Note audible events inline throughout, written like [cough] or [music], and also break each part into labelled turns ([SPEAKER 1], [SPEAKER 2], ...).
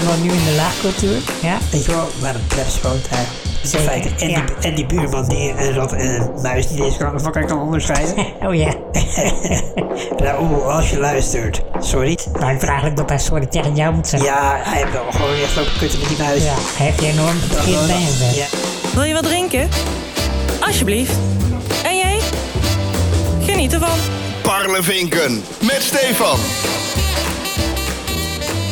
[SPEAKER 1] Je woont nu in de laagcultuur. Ja.
[SPEAKER 2] Weet je wel, waar een plebs woont hè? Dat is in
[SPEAKER 1] Zeker,
[SPEAKER 2] feite. En,
[SPEAKER 1] ja.
[SPEAKER 2] die, en die buurman die een rat en een muis die deze kant van kan [laughs] onderscheiden.
[SPEAKER 1] Oh ja.
[SPEAKER 2] Raoul, Nou, als je luistert, sorry.
[SPEAKER 1] Maar ik vraag eigenlijk dat hij sorry tegen jou moet zeggen.
[SPEAKER 2] Ja, hij heeft wel gewoon echt lopen kutten met die muis.
[SPEAKER 1] Ja, hij heeft je enorm
[SPEAKER 2] Dat
[SPEAKER 1] verkeerd
[SPEAKER 2] gewoon-
[SPEAKER 1] bij hem gezet.
[SPEAKER 2] ja.
[SPEAKER 3] Wil je wat drinken? Alsjeblieft. En jij? Geniet ervan.
[SPEAKER 4] Parlevinken met Stefan.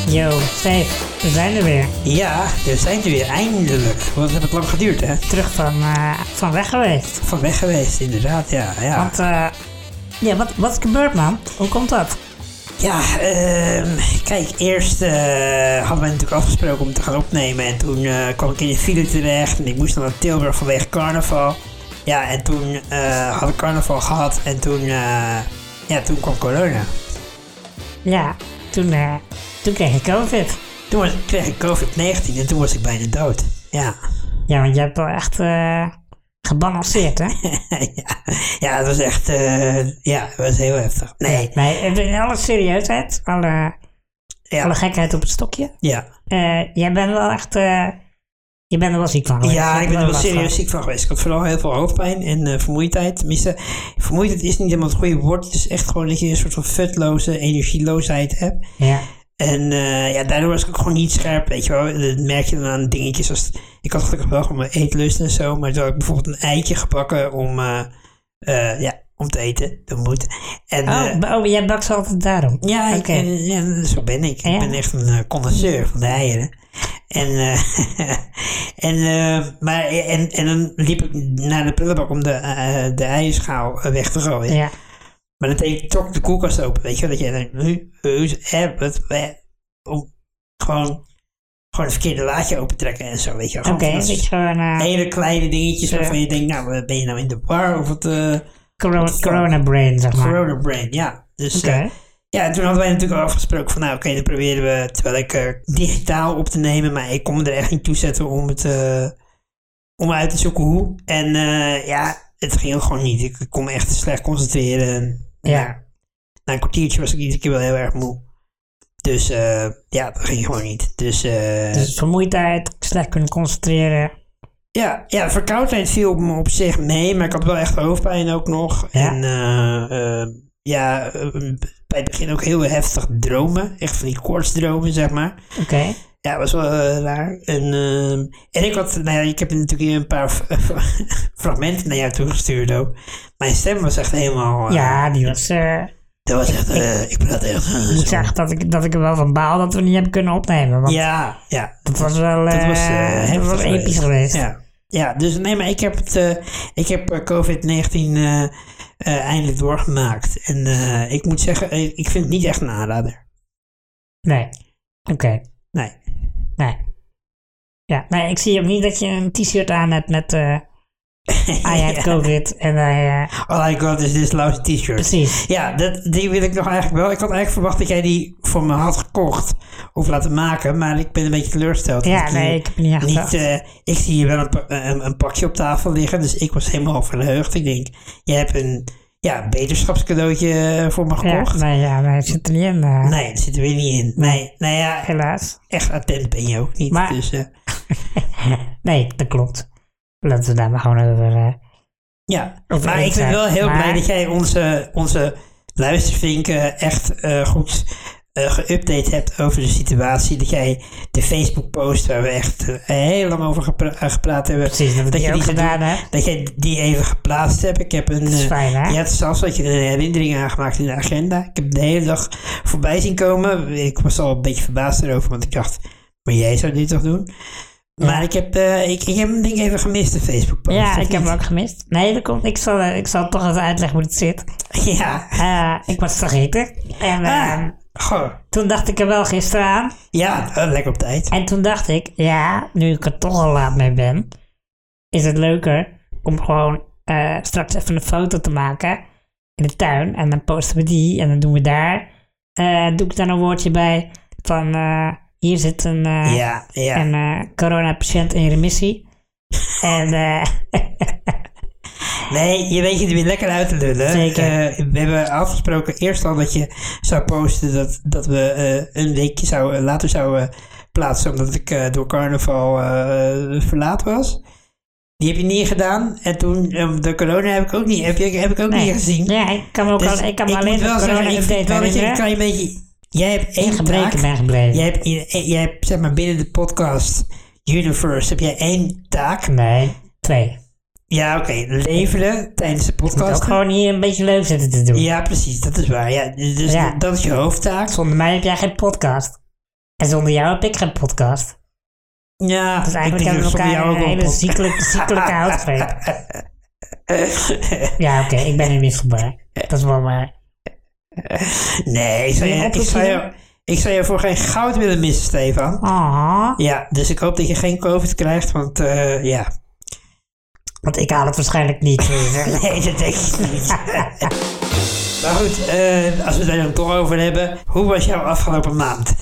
[SPEAKER 1] Yo, Steve, we zijn er weer.
[SPEAKER 2] Ja, daar zijn ze weer eindelijk. Want het heeft lang geduurd, hè?
[SPEAKER 1] Terug van, eh, van weg geweest.
[SPEAKER 2] Van weg geweest, inderdaad, ja. Ja,
[SPEAKER 1] Want, eh, ja, wat, wat is gebeurd, man? Hoe komt dat?
[SPEAKER 2] ja ehm, kijk, eerst eh, hadden wij natuurlijk afgesproken om te gaan opnemen. En toen eh, kwam ik in de file terecht en ik moest dan naar Tilburg vanwege carnaval. Ja, en toen eh, had ik carnaval gehad en toen, eh, ja, toen kwam corona.
[SPEAKER 1] Ja, toen, eh, toen kreeg ik COVID.
[SPEAKER 2] Toen was- kreeg ik COVID-19 en toen was ik bijna dood. Ja. [laughs]
[SPEAKER 1] Ja, want je hebt wel echt eh gebalanceerd,
[SPEAKER 2] [laughs]
[SPEAKER 1] hè?
[SPEAKER 2] ja, ja, het was echt, eh, ja, het was heel heftig. Nee,
[SPEAKER 1] Nee, in alle serieusheid, alle, alle
[SPEAKER 2] ja,
[SPEAKER 1] gekheid op het stokje.
[SPEAKER 2] ja.
[SPEAKER 1] Eh, jij bent wel echt. eh, je bent er wel ziek van. geweest. Je
[SPEAKER 2] Ja,
[SPEAKER 1] hebt
[SPEAKER 2] ik ben er wel
[SPEAKER 1] last
[SPEAKER 2] serieus
[SPEAKER 1] van.
[SPEAKER 2] ziek van geweest. Ik had vooral heel veel hoofdpijn en eh, vermoeidheid. Tenminste, vermoeidheid is niet helemaal het goede woord. Het is echt gewoon dat je een soort van vetloze energieloosheid hebt.
[SPEAKER 1] Ja.
[SPEAKER 2] En eh, ja, daardoor was ik ook gewoon niet scherp, weet je wel. Dat merk je dan aan dingetjes als... Ik had gelukkig wel gewoon mijn eetlust en zo, maar toen had ik bijvoorbeeld een eitje gebakken om, eh, eh, ja, om te eten. Dat moet. En, eh,
[SPEAKER 1] Oh, b- oh, jij bakt ze altijd daarom.
[SPEAKER 2] Ja, ik,
[SPEAKER 1] Oké.
[SPEAKER 2] eh, ja, zo ben ik.
[SPEAKER 1] Ja.
[SPEAKER 2] Ik ben echt een eh, connoisseur van de eieren. En, eh, [laughs] en, eh, maar, en, en dan liep ik naar de prullenbak om de, eh de eierschaal eh, weg te gooien.
[SPEAKER 1] Ja.
[SPEAKER 2] Maar dat deed- trok de koelkast open, weet je wel. Dat je denkt, nu, heus, hè, wat, hè, om gewoon, gewoon het verkeerde laadje open trekken en zo, weet je wel.
[SPEAKER 1] Oké,
[SPEAKER 2] Gewoon van dat
[SPEAKER 1] dat je
[SPEAKER 2] soort
[SPEAKER 1] gewoon eh,
[SPEAKER 2] hele kleine dingetjes
[SPEAKER 1] Ja.
[SPEAKER 2] waarvan je denkt, nou, eh, ben je nou in de bar of het eh,
[SPEAKER 1] corona, corona brain, zeg maar.
[SPEAKER 2] corona brain, ja. Dus,
[SPEAKER 1] Oké.
[SPEAKER 2] eh, ja, en toen hadden wij natuurlijk al afgesproken van nou oké, dan proberen we terwijl ik eh, digitaal op te nemen, maar ik kon me er echt niet toe zetten om het eh, om uit te zoeken hoe. En eh, ja, het ging ook gewoon niet. Ik ik kon me echt slecht concentreren. En,
[SPEAKER 1] Ja.
[SPEAKER 2] nou, na een kwartiertje was ik iedere keer wel heel erg moe. Dus eh, ja, dat ging gewoon niet. Dus, eh,
[SPEAKER 1] Dus vermoeidheid, slecht kunnen concentreren.
[SPEAKER 2] ja, ja, verkoudheid viel me op zich mee, maar ik had wel echt hoofdpijn ook nog.
[SPEAKER 1] Ja.
[SPEAKER 2] En eh, eh, ja, eh, bij het begin ook heel heftig dromen. Echt van die koortsdromen, zeg maar.
[SPEAKER 1] Oké.
[SPEAKER 2] Ja, was wel eh, raar. En, ehm, en ik had, nou ja, ik heb natuurlijk een paar eh, [laughs] fragmenten naar jou toegestuurd ook. Mijn stem was echt helemaal... eh,
[SPEAKER 1] Ja, die was. eh,
[SPEAKER 2] Dat was echt, eh, ik praat echt... eh,
[SPEAKER 1] ik
[SPEAKER 2] zo.
[SPEAKER 1] moet zeggen dat ik, dat ik er wel van baal dat we niet hebben kunnen opnemen. Want
[SPEAKER 2] Ja, ja,
[SPEAKER 1] dat was wel.
[SPEAKER 2] Dat was, eh,
[SPEAKER 1] eh, dat
[SPEAKER 2] heftig
[SPEAKER 1] was episch
[SPEAKER 2] geweest.
[SPEAKER 1] geweest.
[SPEAKER 2] Ja. ja, dus nee, maar ik heb, het, eh, ik heb eh, COVID-19 eh, eh, eindelijk doorgemaakt. En eh, ik moet zeggen, eh, ik vind het niet echt een aanrader.
[SPEAKER 1] Nee. Oké.
[SPEAKER 2] Nee.
[SPEAKER 1] Nee. Ja, nee, ik zie ook niet dat je een t-shirt aan hebt met
[SPEAKER 2] [laughs]
[SPEAKER 1] eh I had
[SPEAKER 2] Ja.
[SPEAKER 1] COVID en hij... eh,
[SPEAKER 2] All I got is this lousy t-shirt.
[SPEAKER 1] precies.
[SPEAKER 2] Ja, dat, die wil ik nog eigenlijk wel. Ik had eigenlijk verwacht dat jij die voor me had gekocht of laten maken, maar ik ben een beetje teleurgesteld. dat
[SPEAKER 1] Ja,
[SPEAKER 2] ik hier
[SPEAKER 1] nee, ik heb er niet aan
[SPEAKER 2] Niet,
[SPEAKER 1] gedacht.
[SPEAKER 2] eh, ik zie hier wel een, pa- eh, een, een pakje op tafel liggen, dus ik was helemaal verheugd. Ik denk, je hebt een ja, beterschapscadeautje eh, voor me gekocht.
[SPEAKER 1] ja, nee, ja, nee, het zit er niet in. eh,
[SPEAKER 2] Nee, dat zit er weer niet in. Nee, nou ja,
[SPEAKER 1] Helaas.
[SPEAKER 2] echt attent ben je ook niet.
[SPEAKER 1] Maar-
[SPEAKER 2] dus eh,
[SPEAKER 1] Nee, dat klopt. Laten we daar maar gewoon over... eh,
[SPEAKER 2] ja.
[SPEAKER 1] Of
[SPEAKER 2] Maar ik
[SPEAKER 1] eens,
[SPEAKER 2] ben
[SPEAKER 1] eh,
[SPEAKER 2] wel heel
[SPEAKER 1] maar-
[SPEAKER 2] blij dat jij onze, onze luistervinken echt eh, goed eh geüpdate hebt over de situatie. Dat jij de Facebook-post waar we echt eh, heel lang over gepra- eh, gepraat hebben.
[SPEAKER 1] precies, dat, heb
[SPEAKER 2] je
[SPEAKER 1] je ook
[SPEAKER 2] die
[SPEAKER 1] gedaan hebt.
[SPEAKER 2] Dat jij die even geplaatst hebt. Ik heb een.
[SPEAKER 1] Dat is
[SPEAKER 2] eh,
[SPEAKER 1] fijn, hè?
[SPEAKER 2] Je had zelfs dat je er een herinnering aangemaakt in de agenda. Ik heb de hele dag voorbij zien komen. Ik was al een beetje verbaasd erover, want ik dacht, maar jij zou dit toch doen? Maar ik heb, eh, ik, ik heb hem denk ik even gemist, de Facebook post.
[SPEAKER 1] Ja, ik heb hem ook gemist. Nee, dat komt. Ik zal, eh, ik zal toch even uitleggen hoe het zit.
[SPEAKER 2] [laughs] Ja,
[SPEAKER 1] Eh, ik was het vergeten. En eh,
[SPEAKER 2] Ah. goh.
[SPEAKER 1] toen dacht ik er wel gisteren aan.
[SPEAKER 2] Ja, eh, lekker op tijd.
[SPEAKER 1] En toen dacht ik, ja, nu ik er toch al laat mee ben, is het leuker om gewoon eh, straks even een foto te maken in de tuin. En dan posten we die en dan doen we daar. eh, doe ik dan een woordje bij van eh, hier zit een, eh,
[SPEAKER 2] Ja, ja.
[SPEAKER 1] een eh, coronapatiënt in
[SPEAKER 2] [laughs]
[SPEAKER 1] remissie. en eh,
[SPEAKER 2] Nee, je weet je er weer lekker uit te lullen.
[SPEAKER 1] Zeker.
[SPEAKER 2] Eh, we hebben afgesproken eerst al dat je zou posten dat, dat we eh, een weekje zou, eh, later zouden plaatsen omdat ik eh, door carnaval eh, verlaat was. Die heb je niet gedaan. En toen, eh, de corona heb ik ook niet, heb je, heb ik ook niet gezien.
[SPEAKER 1] Ja, ik kan me, ook
[SPEAKER 2] Dus
[SPEAKER 1] al, ik kan me
[SPEAKER 2] moet
[SPEAKER 1] alleen de
[SPEAKER 2] wel zeggen,
[SPEAKER 1] corona
[SPEAKER 2] ik vind
[SPEAKER 1] update
[SPEAKER 2] wel dat je, ik
[SPEAKER 1] herinneren.
[SPEAKER 2] kan je een beetje... Jij hebt
[SPEAKER 1] In
[SPEAKER 2] één
[SPEAKER 1] gebreken
[SPEAKER 2] taak.
[SPEAKER 1] ben gebleven.
[SPEAKER 2] Jij hebt, in- eh, jij hebt, zeg maar, binnen de podcast Universe heb jij één taak.
[SPEAKER 1] Nee, twee.
[SPEAKER 2] Ja, oké. Leveren tijdens de
[SPEAKER 1] Ik moet ook
[SPEAKER 2] podcast.
[SPEAKER 1] gewoon hier een beetje leuk zitten te doen.
[SPEAKER 2] Ja, precies. Dat is waar. Ja, dus
[SPEAKER 1] Ja.
[SPEAKER 2] dat is je hoofdtaak.
[SPEAKER 1] Zonder mij heb jij geen podcast. En zonder jou heb ik geen podcast.
[SPEAKER 2] Ja,
[SPEAKER 1] Dus eigenlijk
[SPEAKER 2] ik denk
[SPEAKER 1] hebben we
[SPEAKER 2] dat
[SPEAKER 1] elkaar
[SPEAKER 2] jou ook
[SPEAKER 1] een
[SPEAKER 2] wel
[SPEAKER 1] hele
[SPEAKER 2] pot-
[SPEAKER 1] ziekelijke,
[SPEAKER 2] [laughs]
[SPEAKER 1] ziekelijke houtgreep. ja, oké, ik ben er niet voorbij. Dat is wel waar.
[SPEAKER 2] Nee, ik
[SPEAKER 1] Wil
[SPEAKER 2] zou,
[SPEAKER 1] je
[SPEAKER 2] je, ik,
[SPEAKER 1] oplossing
[SPEAKER 2] zou je,
[SPEAKER 1] doen?
[SPEAKER 2] ik zou je voor geen goud willen missen, Stefan.
[SPEAKER 1] Ah,
[SPEAKER 2] Ja, dus ik hoop dat je geen COVID krijgt, want eh, ja.
[SPEAKER 1] want ik haal het waarschijnlijk niet.
[SPEAKER 2] [laughs] Nee, dat denk ik niet. [laughs] maar goed, eh, als we het er dan toch over hebben, hoe was jouw afgelopen maand?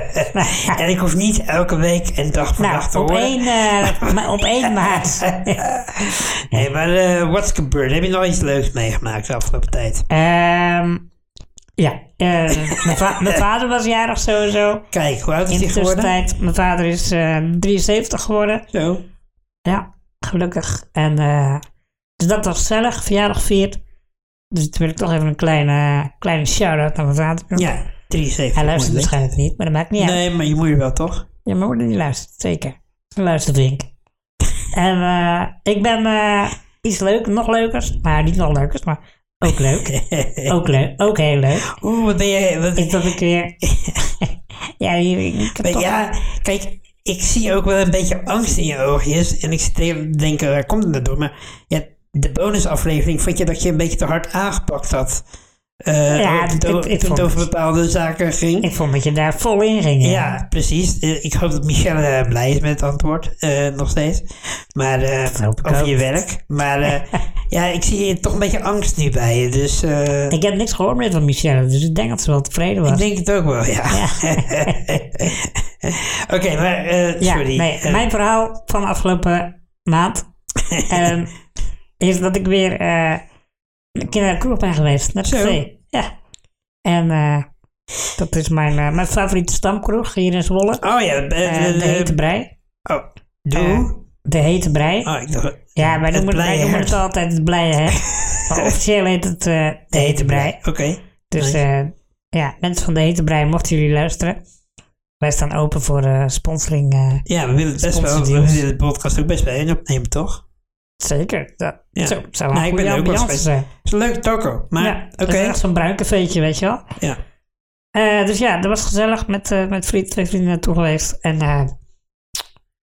[SPEAKER 2] [laughs] en ik hoef niet elke week en dag voor dag te
[SPEAKER 1] nou, op
[SPEAKER 2] horen.
[SPEAKER 1] één,
[SPEAKER 2] [laughs]
[SPEAKER 1] eh, maar op één maat.
[SPEAKER 2] Nee, maar eh, wat is gebeurd? Heb je nog iets leuks meegemaakt de afgelopen tijd?
[SPEAKER 1] Ehm, ja, eh, mijn, va- mijn vader was jarig sowieso.
[SPEAKER 2] Kijk, hoe oud
[SPEAKER 1] In
[SPEAKER 2] is
[SPEAKER 1] de
[SPEAKER 2] die geworden?
[SPEAKER 1] tussentijd, mijn vader is eh, 73 geworden.
[SPEAKER 2] Zo.
[SPEAKER 1] Ja, gelukkig. En eh, dus dat was gezellig, verjaardag gevierd. Dus toen wil ik toch even een kleine, kleine shout-out naar mijn vader doen.
[SPEAKER 2] Ja, 73.
[SPEAKER 1] Hij luistert
[SPEAKER 2] moeilijk.
[SPEAKER 1] waarschijnlijk niet, maar dat maakt niet uit.
[SPEAKER 2] Nee, maar je moeder wel, toch? [laughs]
[SPEAKER 1] Ja, mijn moeder die luistert, zeker. Ze luistert Wink. En eh, ik ben eh, iets leuk, nog leukers. Nou, niet nog leukers, maar ook leuk. ook leuk, ook heel leuk.
[SPEAKER 2] Oeh, wat ben jij... Wat,
[SPEAKER 1] Is dat ik weer... [laughs] ja, hier- ik heb
[SPEAKER 2] ben-
[SPEAKER 1] toch-
[SPEAKER 2] ja, kijk, ik zie ook wel een beetje angst in je oogjes. En ik zit te denken, waar komt het nou door? Maar ja, de bonusaflevering vond je dat je een beetje te hard aangepakt had. Eh,
[SPEAKER 1] Ja,
[SPEAKER 2] toen het
[SPEAKER 1] ik-
[SPEAKER 2] o-
[SPEAKER 1] ik
[SPEAKER 2] toen
[SPEAKER 1] vond
[SPEAKER 2] het over
[SPEAKER 1] het.
[SPEAKER 2] bepaalde zaken ging.
[SPEAKER 1] Ik vond dat je daar vol in ging. hè.
[SPEAKER 2] ja, precies. Eh, ik hoop dat Michelle eh, blij is met het antwoord, eh, nog steeds. Maar, eh,
[SPEAKER 1] hoop ik
[SPEAKER 2] over
[SPEAKER 1] ook.
[SPEAKER 2] je werk.
[SPEAKER 1] [laughs]
[SPEAKER 2] Maar eh, ja, ik zie hier toch een beetje angst nu bij je. Dus eh,
[SPEAKER 1] Ik heb niks gehoord meer van Michelle, dus ik denk dat ze wel tevreden was.
[SPEAKER 2] ik denk het ook wel, ja. [laughs] Oké, maar eh,
[SPEAKER 1] Ja,
[SPEAKER 2] sorry.
[SPEAKER 1] nee,
[SPEAKER 2] Eh,
[SPEAKER 1] mijn verhaal van de afgelopen [laughs] maand ehm, is dat ik weer eh een keer naar de kroeg ben geweest, naar de
[SPEAKER 2] Zo.
[SPEAKER 1] zee. Ja. En eh, dat is mijn, eh, mijn favoriete stamkroeg hier in Zwolle.
[SPEAKER 2] Oh ja, eh,
[SPEAKER 1] Eh, de
[SPEAKER 2] eh,
[SPEAKER 1] Hete Brei. Eh,
[SPEAKER 2] oh, doe.
[SPEAKER 1] De Hete Brei.
[SPEAKER 2] oh, ik dacht,
[SPEAKER 1] ja, wij
[SPEAKER 2] het
[SPEAKER 1] noemen, wij
[SPEAKER 2] blije
[SPEAKER 1] noemen het
[SPEAKER 2] hert.
[SPEAKER 1] altijd het blije hert.
[SPEAKER 2] [laughs]
[SPEAKER 1] maar officieel heet het eh, de Hete Brei.
[SPEAKER 2] Oké.
[SPEAKER 1] Dus
[SPEAKER 2] Nice.
[SPEAKER 1] eh, ja, mensen van de Hete Brei, mochten jullie luisteren. Wij staan open voor eh, sponsoring. eh,
[SPEAKER 2] Ja, we willen het best wel. We
[SPEAKER 1] Sponsordeals.
[SPEAKER 2] willen de podcast ook best wel in opnemen, toch?
[SPEAKER 1] Zeker. Dat,
[SPEAKER 2] Ja.
[SPEAKER 1] Zo, het zou wel
[SPEAKER 2] Nou,
[SPEAKER 1] een
[SPEAKER 2] ik
[SPEAKER 1] goede
[SPEAKER 2] ben er ook wel
[SPEAKER 1] ambiance
[SPEAKER 2] eens
[SPEAKER 1] zijn.
[SPEAKER 2] Het is een leuke taco, maar
[SPEAKER 1] ja,
[SPEAKER 2] oké.
[SPEAKER 1] dat is echt zo'n bruin cafeetje, weet je wel.
[SPEAKER 2] Ja.
[SPEAKER 1] Eh, dus ja, dat was gezellig met, eh, met vriend, twee vrienden naartoe geweest. En eh,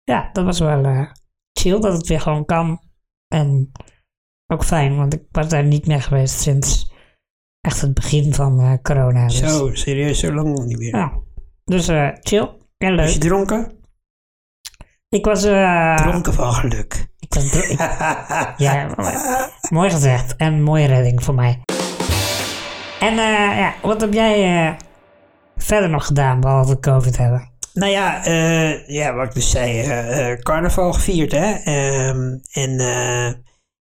[SPEAKER 1] ja, dat was wel eh, chill dat het weer gewoon kan. En ook fijn, want ik was daar niet meer geweest sinds echt het begin van eh, corona. Dus,
[SPEAKER 2] Zo, serieus, zo lang nog niet meer.
[SPEAKER 1] Ja, dus eh, chill en
[SPEAKER 2] Was je
[SPEAKER 1] leuk.
[SPEAKER 2] dronken?
[SPEAKER 1] Ik was... eh,
[SPEAKER 2] Dronken van geluk. [laughs]
[SPEAKER 1] ik was dro- ik- ja, Eh, mooi gezegd. En mooie redding voor mij. En eh, ja, wat heb jij eh, verder nog gedaan, behalve COVID hebben?
[SPEAKER 2] Nou ja, eh, ja, wat ik dus zei, eh, eh, carnaval gevierd, hè? Ehm, en eh,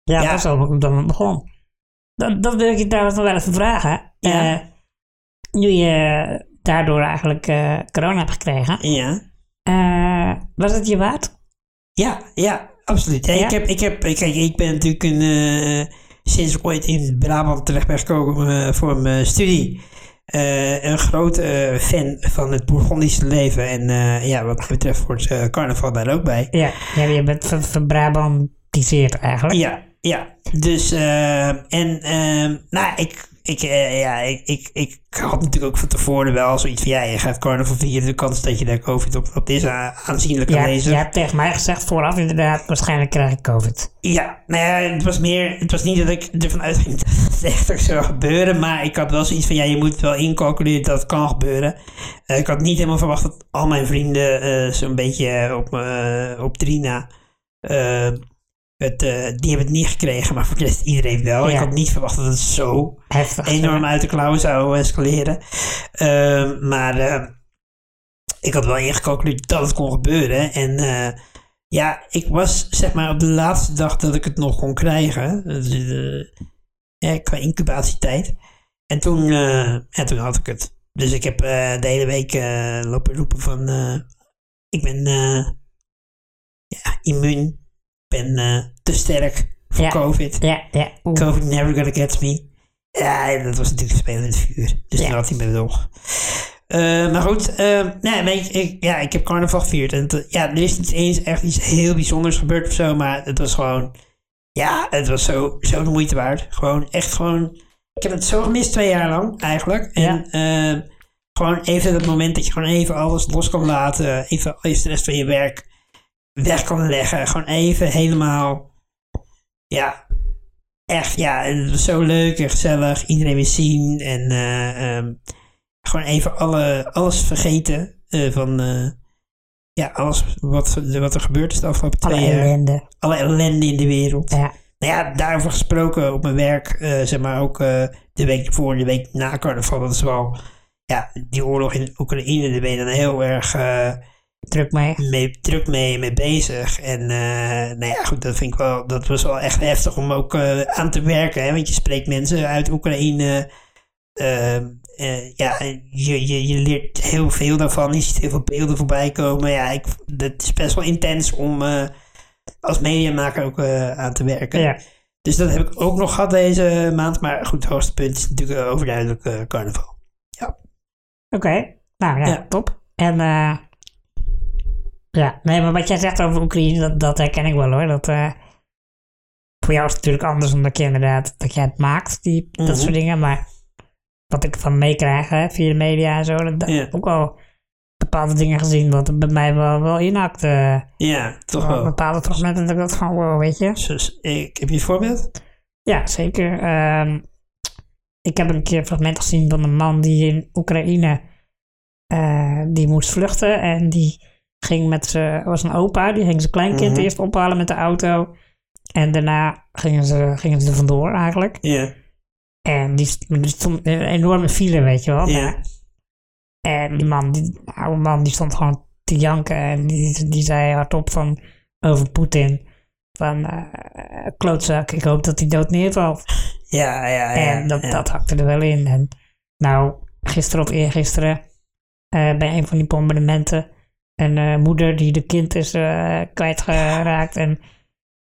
[SPEAKER 1] Ja,
[SPEAKER 2] Ja.
[SPEAKER 1] dat is al hoe ik dan begon. Dat, dat wil ik je trouwens nog wel even vragen.
[SPEAKER 2] Ja.
[SPEAKER 1] Eh, nu je daardoor eigenlijk eh, corona hebt gekregen,
[SPEAKER 2] ja.
[SPEAKER 1] eh, was het je waard?
[SPEAKER 2] Ja, ja, absoluut. Ja,
[SPEAKER 1] Ja?
[SPEAKER 2] Ik, heb, ik, heb, eh, kijk, ik ben natuurlijk een, eh, sinds ik ooit in Brabant terecht ben gekomen eh, voor mijn studie. eh, een groot eh, fan van het Bourgondische leven. En eh, ja, wat betreft wordt eh, carnaval daar ook bij.
[SPEAKER 1] Ja, ja je bent ver- verbrabantiseerd eigenlijk.
[SPEAKER 2] Ja, ja. Dus, eh, en, ehm, nou, ik, ik, eh, ja, ik, ik, ik had natuurlijk ook van tevoren wel zoiets van, ja, je gaat carnaval vieren, de kans dat je daar COVID op, op is a- aanzienlijk
[SPEAKER 1] Ja,
[SPEAKER 2] aanwezig.
[SPEAKER 1] je hebt tegen mij gezegd vooraf inderdaad, waarschijnlijk krijg ik COVID.
[SPEAKER 2] Ja, nou ja, het was meer, het was niet dat ik ervan [laughs] uitging dat het echt ook zou gebeuren, maar ik had wel zoiets van, ja, je moet wel incalculeren dat het kan gebeuren. Eh, ik had niet helemaal verwacht dat al mijn vrienden eh, zo'n beetje op, eh op Trina, eh, het, eh, die hebben het niet gekregen, maar voor de rest iedereen wel.
[SPEAKER 1] Ja.
[SPEAKER 2] Ik had niet verwacht dat het zo
[SPEAKER 1] Heftig.
[SPEAKER 2] enorm uit de klauwen zou escaleren. Ehm, maar eh, ik had wel ingecalculeerd dat het kon gebeuren. En eh, ja, ik was zeg maar op de laatste dag dat ik het nog kon krijgen. Dus, eh, ja, qua incubatietijd. En toen, eh, ja, toen had ik het. Dus ik heb eh, de hele week eh, lopen roepen van... eh, Ik ben eh, ja, immuun. Ik ben eh, te sterk voor
[SPEAKER 1] Ja.
[SPEAKER 2] COVID.
[SPEAKER 1] Ja, ja. oeh.
[SPEAKER 2] COVID never gonna get me. Ja, en dat was natuurlijk spelen in het vuur. Dus daar had hij me nog. Eh, maar goed, eh, nee, weet je, ik, ja, ik heb carnaval gevierd. En het- ja, er is niet eens echt iets heel bijzonders gebeurd of zo. Maar het was gewoon, ja, het was zo, zo de moeite waard. Gewoon, echt gewoon. Ik heb het zo gemist twee jaar lang eigenlijk. En eh, gewoon even dat moment dat je gewoon even alles los kan laten. Even, even de rest van je werk weg kan leggen. Gewoon even helemaal, ja, echt, ja, het was zo leuk en gezellig. Iedereen weer zien en eh, ehm, gewoon even alle, alles vergeten eh, van eh, ja, alles wat, wat er gebeurd is de afgelopen
[SPEAKER 1] Alle
[SPEAKER 2] twee jaar.
[SPEAKER 1] ellende.
[SPEAKER 2] Alle ellende in de wereld.
[SPEAKER 1] Ja.
[SPEAKER 2] Nou ja, daarover gesproken op mijn werk, eh, zeg maar ook eh, de week voor en de week na carnaval. Dat is wel, ja, die oorlog in Oekraïne, daar ben je dan heel erg... eh,
[SPEAKER 1] Druk mee.
[SPEAKER 2] mee, druk mee, mee bezig. En eh, nou ja, goed, dat vind ik wel, dat was wel echt heftig om ook eh, aan te werken. Hè? Want je spreekt mensen uit Oekraïne. ehm, eh, ja, en je, je, je leert heel veel daarvan. Je ziet heel veel beelden voorbij komen. Ja, ik, dat is best wel intens om eh, als mediamaker ook eh, aan te werken.
[SPEAKER 1] Ja.
[SPEAKER 2] Dus dat heb ik ook nog gehad deze maand. Maar goed, het hoogste punt is natuurlijk eh, overduidelijk eh, carnaval.
[SPEAKER 1] Oké, nou ja,
[SPEAKER 2] Ja.
[SPEAKER 1] top. En eh, ja, nee, maar wat jij zegt over Oekraïne, dat, dat herken ik wel hoor. Dat, eh, voor jou is het natuurlijk anders omdat je inderdaad, dat jij het maakt, die, dat
[SPEAKER 2] Mhm.
[SPEAKER 1] soort dingen. Maar wat ik van meekrijg hè, via de media en zo, dat, dat
[SPEAKER 2] Ja.
[SPEAKER 1] heb ik ook al bepaalde dingen gezien wat bij mij wel, wel inhakt. eh.
[SPEAKER 2] Ja, toch
[SPEAKER 1] Wel
[SPEAKER 2] wel.
[SPEAKER 1] bepaalde fragmenten dat ik dat gewoon, wow, weet je.
[SPEAKER 2] Dus, ik, heb je een voorbeeld?
[SPEAKER 1] Ja, zeker. Ehm, ik heb een keer een fragment gezien van een man die in Oekraïne eh, die moest vluchten. En die ging met zijn, was een opa, die ging zijn kleinkind
[SPEAKER 2] Mhm.
[SPEAKER 1] eerst ophalen met de auto. En daarna gingen ze, gingen ze er vandoor eigenlijk.
[SPEAKER 2] Ja.
[SPEAKER 1] En die st- er stond een enorme file, weet je wel.
[SPEAKER 2] Ja.
[SPEAKER 1] En die man, die die oude man, die stond gewoon te janken. En die, die zei hardop van, over Poetin. Van, eh, klootzak, ik hoop dat hij dood neervalt.
[SPEAKER 2] Ja, ja, ja.
[SPEAKER 1] En dat,
[SPEAKER 2] ja.
[SPEAKER 1] dat hakte er wel in. En nou, gisteren of eergisteren, eh, bij een van die bombardementen, een eh, moeder die de kind is eh, kwijtgeraakt en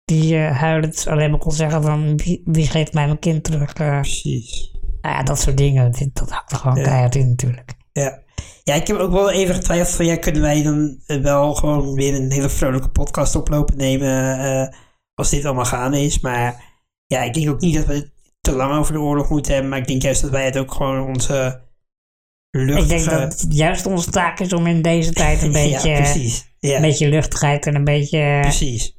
[SPEAKER 1] die eh huilend alleen maar kon zeggen van wie, wie geeft mij mijn kind terug. Eh,
[SPEAKER 2] Precies.
[SPEAKER 1] nou ja, dat soort dingen, Dit- dat hakte gewoon keihard in natuurlijk.
[SPEAKER 2] Ja. ja, ik heb ook wel even getwijfeld van ja, kunnen wij dan eh, wel gewoon weer een hele vrolijke podcast oplopen nemen eh, als dit allemaal gaande is. Maar ja, ik denk ook niet dat we het te lang over de oorlog moeten hebben, maar ik denk juist dat wij het ook gewoon onze luchtige...
[SPEAKER 1] Ik denk dat het juist onze taak is om in deze tijd een beetje,
[SPEAKER 2] eh, [laughs] ja, precies. Ja,
[SPEAKER 1] een beetje luchtigheid en een beetje,
[SPEAKER 2] precies.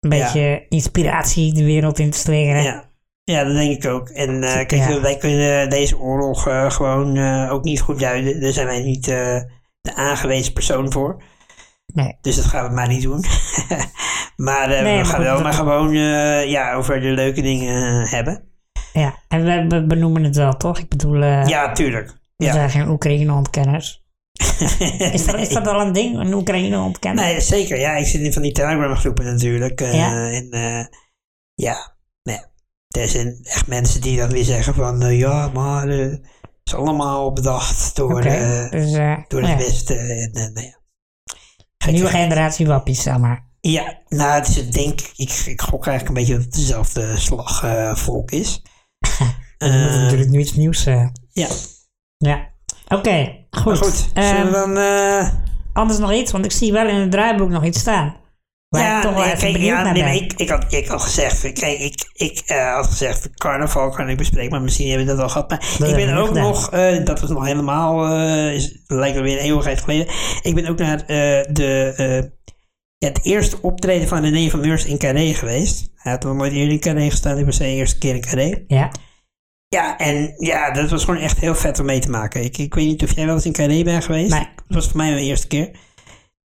[SPEAKER 1] een
[SPEAKER 2] ja.
[SPEAKER 1] beetje inspiratie de wereld in te slingeren.
[SPEAKER 2] Ja. ja, dat denk ik ook. En eh, kijk,
[SPEAKER 1] Ja.
[SPEAKER 2] wij kunnen deze oorlog eh, gewoon eh, ook niet goed duiden. Daar zijn wij niet eh, de aangewezen persoon voor.
[SPEAKER 1] Nee.
[SPEAKER 2] Dus dat gaan we maar niet doen. [laughs] maar
[SPEAKER 1] Nee,
[SPEAKER 2] eh, we
[SPEAKER 1] maar
[SPEAKER 2] gaan
[SPEAKER 1] goed,
[SPEAKER 2] wel
[SPEAKER 1] dat-
[SPEAKER 2] maar gewoon eh, ja, over de leuke dingen eh, hebben.
[SPEAKER 1] Ja, en we, we benoemen het wel, toch? Ik bedoel, eh,
[SPEAKER 2] Ja, tuurlijk.
[SPEAKER 1] we
[SPEAKER 2] Ja.
[SPEAKER 1] zijn geen
[SPEAKER 2] [laughs]
[SPEAKER 1] Oekraïne-ontkenners. Is, dat- is dat al een ding, een Oekraïne-ontkenner?
[SPEAKER 2] Nee, zeker. Ja, ik zit in van die Telegram groepen natuurlijk. eh,
[SPEAKER 1] Ja.
[SPEAKER 2] En eh, ja, nee. Er zijn echt mensen die dan weer zeggen van... eh, ja, maar eh, het is allemaal bedacht door...
[SPEAKER 1] Oké,
[SPEAKER 2] eh,
[SPEAKER 1] dus eh,
[SPEAKER 2] door het
[SPEAKER 1] ja,
[SPEAKER 2] Westen. En, eh, nou ja.
[SPEAKER 1] een nieuwe
[SPEAKER 2] Gekke-
[SPEAKER 1] generatie wappies, zeg maar.
[SPEAKER 2] Ja, nou, het is, denk ik, ik, ik gok eigenlijk een beetje dat het dezelfde slagvolk
[SPEAKER 1] [laughs]
[SPEAKER 2] is.
[SPEAKER 1] Dat
[SPEAKER 2] Eh,
[SPEAKER 1] is natuurlijk nu iets nieuws. eh.
[SPEAKER 2] ja,
[SPEAKER 1] ja. Oké,
[SPEAKER 2] maar
[SPEAKER 1] goed.
[SPEAKER 2] goed. zullen we
[SPEAKER 1] Ehm,
[SPEAKER 2] dan. eh,
[SPEAKER 1] Anders nog iets, want ik zie wel in het draaiboek nog iets staan. Waar
[SPEAKER 2] ja,
[SPEAKER 1] ik toch wel
[SPEAKER 2] nee,
[SPEAKER 1] even
[SPEAKER 2] kijk,
[SPEAKER 1] benieuwd
[SPEAKER 2] ja,
[SPEAKER 1] naar
[SPEAKER 2] nee,
[SPEAKER 1] ben.
[SPEAKER 2] maar ik, ik, had, ik had gezegd, van, kijk, ik, ik eh, had gezegd, carnaval kan ik bespreken, maar misschien hebben we dat al gehad. Maar ik
[SPEAKER 1] hebben we
[SPEAKER 2] ben
[SPEAKER 1] niet
[SPEAKER 2] ook
[SPEAKER 1] gedaan.
[SPEAKER 2] nog, eh, dat was nog helemaal, eh, is, lijkt alweer een eeuwigheid geleden. Ik ben ook naar eh, de, eh, het eerste optreden van René van Meurs in Carré geweest. Hij had nog nooit eerder in Carré gestaan, dit was zijn eerste keer in Carré.
[SPEAKER 1] Ja,
[SPEAKER 2] Ja, en ja, dat was gewoon echt heel vet om mee te maken. Ik, ik weet niet of jij wel eens in Carré bent geweest.
[SPEAKER 1] Nee.
[SPEAKER 2] Dat was voor mij mijn eerste keer.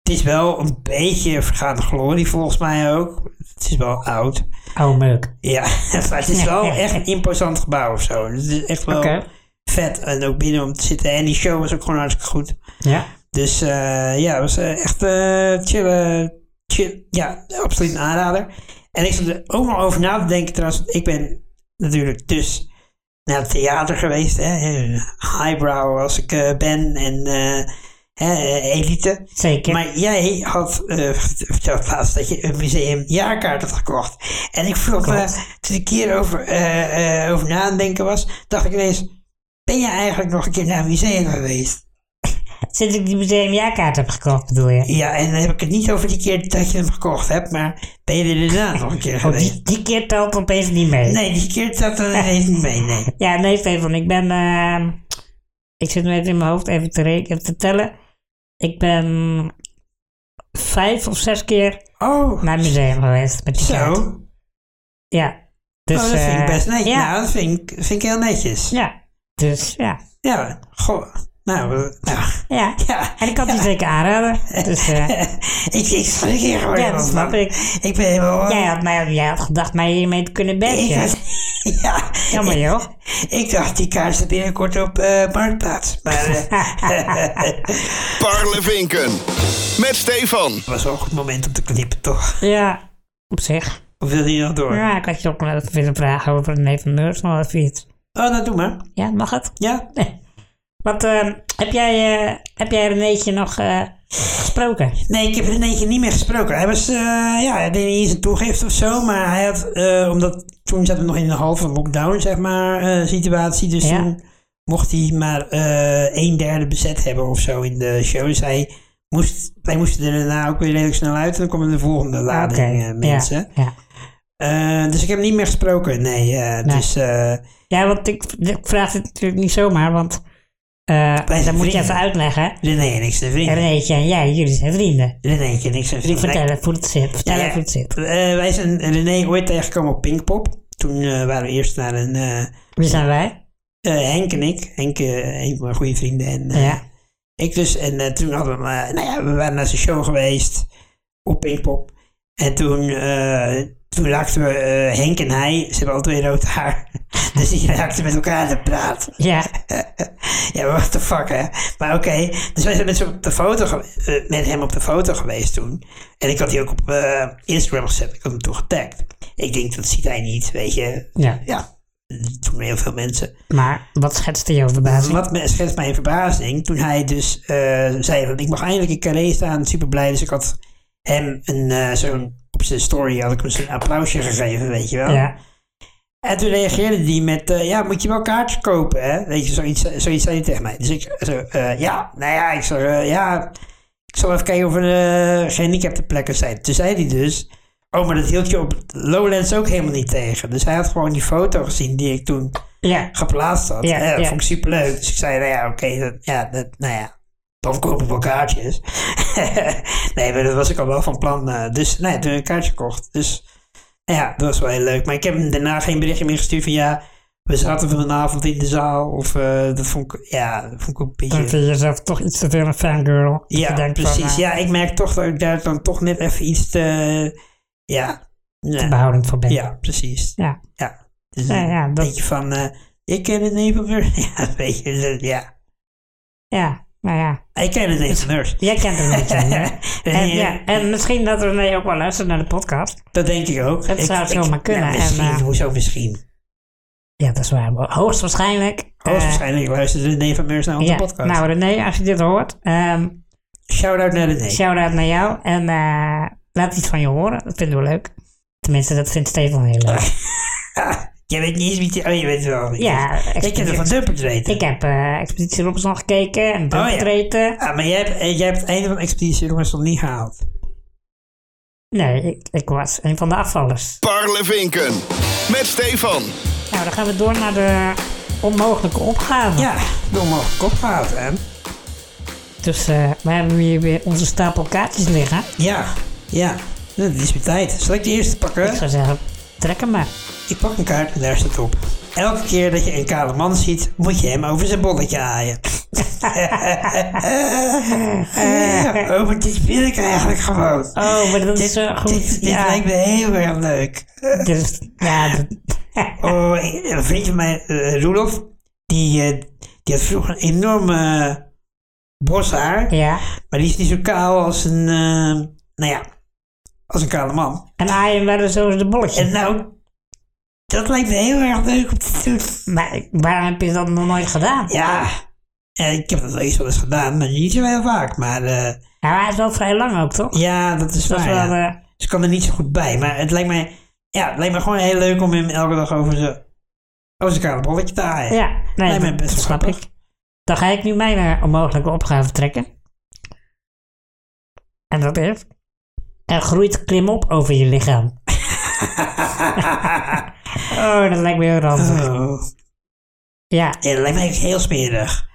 [SPEAKER 2] Het is wel een beetje vergaande glorie volgens mij ook. Het is wel oud.
[SPEAKER 1] oude meuk.
[SPEAKER 2] Ja, [laughs] maar het is
[SPEAKER 1] [laughs]
[SPEAKER 2] wel echt een imposant gebouw of zo. Het is echt wel
[SPEAKER 1] Oké.
[SPEAKER 2] vet. En ook binnen om te zitten. En die show was ook gewoon hartstikke goed.
[SPEAKER 1] Ja,
[SPEAKER 2] Dus eh, ja, het was eh, echt eh chill, eh, chill. Ja, absoluut een aanrader. En ik zat er ook nog over na te denken trouwens. want Ik ben natuurlijk dus naar het theater geweest. Hè? eh, Highbrow als ik eh, ben. En eh, hè, eh, elite.
[SPEAKER 1] Zeker.
[SPEAKER 2] Maar jij had eh, verteld laatst dat je een museumjaarkaart had gekocht. En ik vroeg me, toen ik hierover eh, eh, over na aan het denken was, dacht ik ineens, ben je eigenlijk nog een keer naar een museum geweest?
[SPEAKER 1] Sinds ik die museumjaarkaart heb gekocht, bedoel je?
[SPEAKER 2] Ja, en dan heb ik het niet over die keer dat je hem gekocht hebt, maar ben je er daarna nog een keer
[SPEAKER 1] [laughs] Oh, die,
[SPEAKER 2] geweest?
[SPEAKER 1] die keer telt opeens niet mee.
[SPEAKER 2] Nee, die keer zat er ineens niet mee, nee.
[SPEAKER 1] Ja, nee, Stefan, ik ben. ehm, ik zit nu even in mijn hoofd even te rekenen, te tellen. Ik ben vijf of zes keer
[SPEAKER 2] Oh,
[SPEAKER 1] naar het museum geweest met die
[SPEAKER 2] zo.
[SPEAKER 1] kaart. Ja. Dus,
[SPEAKER 2] oh, dat vind ik
[SPEAKER 1] eh,
[SPEAKER 2] best netjes.
[SPEAKER 1] Ja.
[SPEAKER 2] Nou, dat vind ik, vind ik heel netjes.
[SPEAKER 1] ja. Dus ja.
[SPEAKER 2] Ja, goh. Nou, eh, nou
[SPEAKER 1] Ja.
[SPEAKER 2] ja.
[SPEAKER 1] En ik kan het je zeker aanraden. Dus
[SPEAKER 2] [laughs]
[SPEAKER 1] eh,
[SPEAKER 2] ik, ik schrik hier gewoon
[SPEAKER 1] ja, dat
[SPEAKER 2] van.
[SPEAKER 1] snap ik.
[SPEAKER 2] Ik ben helemaal...
[SPEAKER 1] Jij had, mij, jij had gedacht mij hiermee te kunnen
[SPEAKER 2] ik,
[SPEAKER 1] bedden.
[SPEAKER 2] [laughs] ja, [laughs]
[SPEAKER 1] Jammer joh.
[SPEAKER 2] ik dacht, die kaart staat binnenkort op eh, Marktplaats. Maar
[SPEAKER 1] [laughs]
[SPEAKER 2] eh,
[SPEAKER 4] Parlevinken. Met Stefan.
[SPEAKER 2] het was wel een goed moment om te knippen, toch?
[SPEAKER 1] Ja, op zich.
[SPEAKER 2] Of wil je nog door?
[SPEAKER 1] Ja, ik had je ook nog even willen vragen over een neef van Nurse of iets.
[SPEAKER 2] Oh, nou doe maar.
[SPEAKER 1] Ja, mag het?
[SPEAKER 2] Ja?
[SPEAKER 1] Wat, ehm, heb jij, eh heb jij Renéetje nog eh, gesproken?
[SPEAKER 2] Nee, ik heb Renéetje niet meer gesproken. Hij was, eh, ja, hij deed niet eens een toegift of zo. Maar hij had, eh, omdat toen zaten we nog in een halve lockdown, zeg maar, eh, situatie. Dus
[SPEAKER 1] Ja.
[SPEAKER 2] toen mocht hij maar eh een derde bezet hebben of zo in de show. Dus hij moest, wij moesten er daarna ook weer redelijk snel uit. En dan kwam de volgende lading
[SPEAKER 1] Oké,
[SPEAKER 2] eh, mensen.
[SPEAKER 1] Ja, ja.
[SPEAKER 2] Eh, dus ik heb hem niet meer gesproken, nee. eh,
[SPEAKER 1] Nee.
[SPEAKER 2] Dus eh,
[SPEAKER 1] ja want ik, ik vraag dit natuurlijk niet zomaar, want eh
[SPEAKER 2] Wij zijn
[SPEAKER 1] dat moet je
[SPEAKER 2] vrienden.
[SPEAKER 1] even uitleggen.
[SPEAKER 2] René en ik zijn vrienden.
[SPEAKER 1] Renéetje en jij, jullie zijn vrienden.
[SPEAKER 2] René en ik zijn vrienden.
[SPEAKER 1] Vertel even hoe het zit. Vertel
[SPEAKER 2] Ja, ja.
[SPEAKER 1] even hoe het zit.
[SPEAKER 2] Eh, wij zijn René ooit tegengekomen op Pinkpop. Toen eh, waren we eerst naar een... eh,
[SPEAKER 1] Wie zijn wij?
[SPEAKER 2] Eh, Henk en ik. Henk, eh, een van mijn goede vrienden. En eh,
[SPEAKER 1] Ja.
[SPEAKER 2] ik dus. En eh, toen hadden we, hem, eh, nou ja, we waren naar zijn show geweest op Pinkpop. En toen, eh, toen raakten we, eh, Henk en hij, ze hebben altijd rood haar. [laughs] dus die raakten met elkaar te praten.
[SPEAKER 1] Ja,
[SPEAKER 2] Ja, what the fuck, hè? Maar oké, dus wij zijn met, z'n op de foto ge- eh, met hem op de foto geweest toen. En ik had die ook op eh, Instagram gezet. Ik had hem toen getagd. Ik denk, dat ziet hij niet, weet je.
[SPEAKER 1] ja.
[SPEAKER 2] Ja, toen heel veel mensen.
[SPEAKER 1] Maar wat schetste jouw verbazing?
[SPEAKER 2] Wat me, schetst mijn verbazing toen hij dus eh, zei van ik mag eindelijk in Calais staan, super blij. Dus ik had hem een, eh, zo'n, op zijn story had ik hem zo'n applausje gegeven, weet je wel.
[SPEAKER 1] Ja,
[SPEAKER 2] En toen reageerde hij met, eh, ja moet je wel kaartjes kopen hè, weet je, zoiets, zoiets zei hij tegen mij. Dus ik zo, eh, ja, nou ja, ik zeg, eh, ja, ik zal even kijken of er eh, gehandicapte plekken zijn. Toen zei hij dus, oh maar dat hield je op Lowlands ook helemaal niet tegen. Dus hij had gewoon die foto gezien die ik toen
[SPEAKER 1] ja.
[SPEAKER 2] geplaatst had.
[SPEAKER 1] Ja,
[SPEAKER 2] Ja, dat
[SPEAKER 1] ja.
[SPEAKER 2] vond ik superleuk. Dus ik zei, nou ja, oké, dat- ja, dat, nou ja, dan koop ik wel kaartjes. [laughs] nee, maar dat was ik al wel van plan. eh, dus nee, toen heb ik een kaartje kocht. Dus nou ja, dat was wel heel leuk. Maar ik heb hem daarna geen berichtje meer gestuurd van ja, we zaten vanavond in de zaal. Of eh, dat vond ik, ja, dat vond ik ook een
[SPEAKER 1] Dan
[SPEAKER 2] beetje...
[SPEAKER 1] vind je jezelf toch iets te veel een fangirl. Dat je
[SPEAKER 2] Ja,
[SPEAKER 1] denkt van,
[SPEAKER 2] precies.
[SPEAKER 1] eh,
[SPEAKER 2] Ja, ik merk toch dat ik daar dan toch net even iets te... Ja,
[SPEAKER 1] te
[SPEAKER 2] ja,
[SPEAKER 1] behoudend voor bent.
[SPEAKER 2] ja precies.
[SPEAKER 1] Ja.
[SPEAKER 2] Ja, dus
[SPEAKER 1] Ja, ja,
[SPEAKER 2] een
[SPEAKER 1] dat-
[SPEAKER 2] beetje van, eh, ik ken het niet van Meurs. [laughs] Ja, weet je, dat- ja.
[SPEAKER 1] Ja, nou ja.
[SPEAKER 2] Ik ken het niet van Meurs.
[SPEAKER 1] Jij kent hem
[SPEAKER 2] [laughs]
[SPEAKER 1] niet. hè? En, Eh, ja, en misschien dat René ook wel luistert naar de podcast.
[SPEAKER 2] Dat denk ik ook.
[SPEAKER 1] Het
[SPEAKER 2] Ik-
[SPEAKER 1] zou
[SPEAKER 2] ik-
[SPEAKER 1] zomaar kunnen,
[SPEAKER 2] nou,
[SPEAKER 1] en,
[SPEAKER 2] misschien,
[SPEAKER 1] eh,
[SPEAKER 2] hoezo misschien?
[SPEAKER 1] Ja, dat is waar. Hoogstwaarschijnlijk. eh,
[SPEAKER 2] Hoogstwaarschijnlijk luistert René van Meurs naar onze
[SPEAKER 1] ja.
[SPEAKER 2] podcast.
[SPEAKER 1] Nou René, als je dit hoort, ehm
[SPEAKER 2] Shout-out naar René.
[SPEAKER 1] shout-out naar jou. En eh, laat iets van je horen. Dat vinden we leuk. Tenminste, dat vindt Stefan heel [laughs] leuk.
[SPEAKER 2] Jij weet niet eens wie... die- Oh, je weet het wel.
[SPEAKER 1] Ja,
[SPEAKER 2] Ik ken het van Dumpert weten.
[SPEAKER 1] Ik heb eh Expeditie Robinson gekeken en
[SPEAKER 2] ja.
[SPEAKER 1] Dumpetreten.
[SPEAKER 2] Ah, maar jij hebt, eh, jij hebt het einde van Expeditie Jongens nog niet gehaald.
[SPEAKER 1] Nee, ik, ik was een van de afvallers.
[SPEAKER 4] Parlevinken. Met Stefan.
[SPEAKER 1] Nou, dan gaan we door naar de onmogelijke opgave.
[SPEAKER 2] Ja, door mijn kop gehaald, hè?
[SPEAKER 1] Dus eh, we hebben hier weer onze stapel kaartjes liggen.
[SPEAKER 2] Ja, ja. Nou, Het is weer tijd. Zal ik de eerste pakken?
[SPEAKER 1] Ik zou zeggen, trek hem maar.
[SPEAKER 2] Ik pak een kaart en daar staat op. Elke keer dat je een kale man ziet, moet je hem over zijn bolletje
[SPEAKER 1] [laughs]
[SPEAKER 2] aaien. Eh, oh, maar dit wil ik eigenlijk gewoon.
[SPEAKER 1] Oh, maar dat is
[SPEAKER 2] dit,
[SPEAKER 1] zo goed.
[SPEAKER 2] Dit, dit
[SPEAKER 1] ja,
[SPEAKER 2] lijkt me heel
[SPEAKER 1] [laughs]
[SPEAKER 2] erg leuk.
[SPEAKER 1] dit is, Dus, ja, dat,
[SPEAKER 2] Oh, een vriend van mij, eh, Roelof, die, eh, die had vroeger een enorme boshaar.
[SPEAKER 1] ja.
[SPEAKER 2] Maar die is niet zo kaal als een, eh, nou ja, als een kale man.
[SPEAKER 1] En aaien werden zo de bolletjes.
[SPEAKER 2] En nou, dat lijkt me heel erg leuk om te doen.
[SPEAKER 1] Maar waarom heb je dat nog nooit gedaan?
[SPEAKER 2] Ja, En ik heb dat wel eens wel eens gedaan, maar niet zo heel vaak. Maar eh,
[SPEAKER 1] Ja, maar hij is wel vrij lang ook, toch?
[SPEAKER 2] ja, dat is
[SPEAKER 1] dat is
[SPEAKER 2] waar.
[SPEAKER 1] wel...
[SPEAKER 2] ja.
[SPEAKER 1] eh,
[SPEAKER 2] Dus ik kan er niet zo goed bij. Maar het lijkt mij, ja, het lijkt me gewoon heel leuk om hem elke dag over zijn, over zijn kale bolletje te haaien.
[SPEAKER 1] eh, Ja, nee,
[SPEAKER 2] Lijkt mij
[SPEAKER 1] dat, dat
[SPEAKER 2] best wel
[SPEAKER 1] snap
[SPEAKER 2] grappig.
[SPEAKER 1] ik. Dan ga ik nu mijn eh, onmogelijke opgave trekken. En dat is... Er groeit klimop over je
[SPEAKER 2] [laughs]
[SPEAKER 1] lichaam. oh, dat lijkt me heel
[SPEAKER 2] [laughs]
[SPEAKER 1] ranzig.
[SPEAKER 2] Oh.
[SPEAKER 1] Ja,
[SPEAKER 2] Ja, dat lijkt mij heel smerig.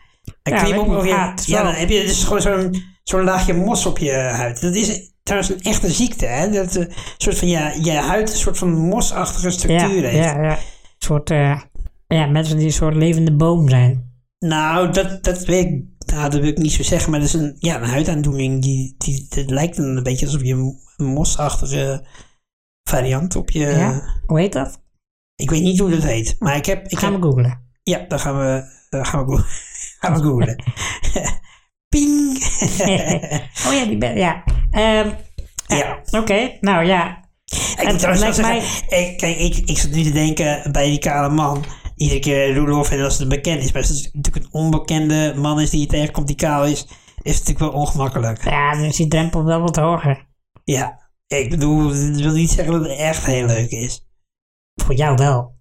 [SPEAKER 2] Een
[SPEAKER 1] Ja,
[SPEAKER 2] klim
[SPEAKER 1] weet
[SPEAKER 2] op
[SPEAKER 1] niet.
[SPEAKER 2] over
[SPEAKER 1] Ja,
[SPEAKER 2] je...
[SPEAKER 1] het is
[SPEAKER 2] Ja,
[SPEAKER 1] wel-
[SPEAKER 2] dan heb je dus gewoon zo'n zo'n laagje mos op je huid. Dat is trouwens een echte ziekte, hè? Dat eh, soort van ja, je huid een soort van mosachtige
[SPEAKER 1] ja,
[SPEAKER 2] structuur heeft.
[SPEAKER 1] ja, ja. Een soort... eh, ja, mensen die een soort levende boom zijn.
[SPEAKER 2] Nou, dat, dat weet ik... Nou, dat wil ik niet zo zeggen, maar dat is een, ja, een huidaandoening. Die, die, dat lijkt dan een beetje alsof je een mosachtige variant op je...
[SPEAKER 1] Ja? Hoe heet dat?
[SPEAKER 2] Ik weet niet hoe dat heet, maar ik heb... Ik
[SPEAKER 1] Ga
[SPEAKER 2] heb
[SPEAKER 1] maar googlen.
[SPEAKER 2] Ja, dan gaan we, dan gaan we, go- [laughs] gaan we
[SPEAKER 1] [laughs]
[SPEAKER 2] googlen. Ping!
[SPEAKER 1] oh ja, die ben... Ja. Ehm,
[SPEAKER 2] ja.
[SPEAKER 1] Oké, nou ja.
[SPEAKER 2] Ik moet
[SPEAKER 1] Het
[SPEAKER 2] trouwens wel
[SPEAKER 1] lijkt mij-
[SPEAKER 2] zeggen, ik, kijk, ik, ik zat nu te denken bij die kale man. Iedere keer Roelof en als het een bekend is. Maar als het natuurlijk een onbekende man is die je tegenkomt die kaal is, is het natuurlijk wel ongemakkelijk.
[SPEAKER 1] Ja, dan is die drempel wel wat hoger.
[SPEAKER 2] Ja, ik bedoel, dat wil niet zeggen dat het echt heel leuk is.
[SPEAKER 1] Voor jou wel.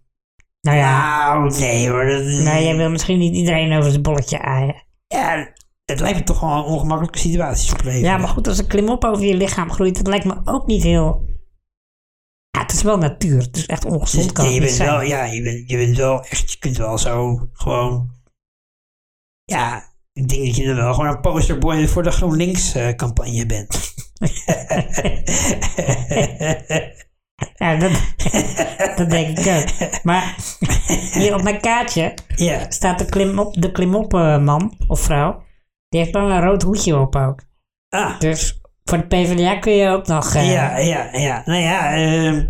[SPEAKER 1] Nou ja...
[SPEAKER 2] Nou, nee hoor. Dat is,
[SPEAKER 1] Nou, jij wil misschien niet iedereen over zijn bolletje aaien.
[SPEAKER 2] ja, het lijkt me toch wel een ongemakkelijke situatie opleveren.
[SPEAKER 1] Ja, maar goed, als een klimop over je lichaam groeit, dat lijkt me ook niet heel... Ja, het is wel natuur. Het is echt ongezond, kan
[SPEAKER 2] Ja, je
[SPEAKER 1] het niet
[SPEAKER 2] bent
[SPEAKER 1] zijn.
[SPEAKER 2] wel, ja, je bent, je bent wel echt, je kunt wel zo gewoon, ja, ik denk dat je dan wel gewoon een posterboy voor de GroenLinks eh, campagne bent.
[SPEAKER 1] Ja, dat, [laughs] dat denk ik ook. Maar hier op mijn kaartje
[SPEAKER 2] ja,
[SPEAKER 1] staat de klimop, de klimop eh, man of vrouw. Die heeft wel een rood hoedje op ook.
[SPEAKER 2] ah,
[SPEAKER 1] Dus voor de PvdA kun je ook nog... eh,
[SPEAKER 2] ja, ja, ja, nou ja, ehm,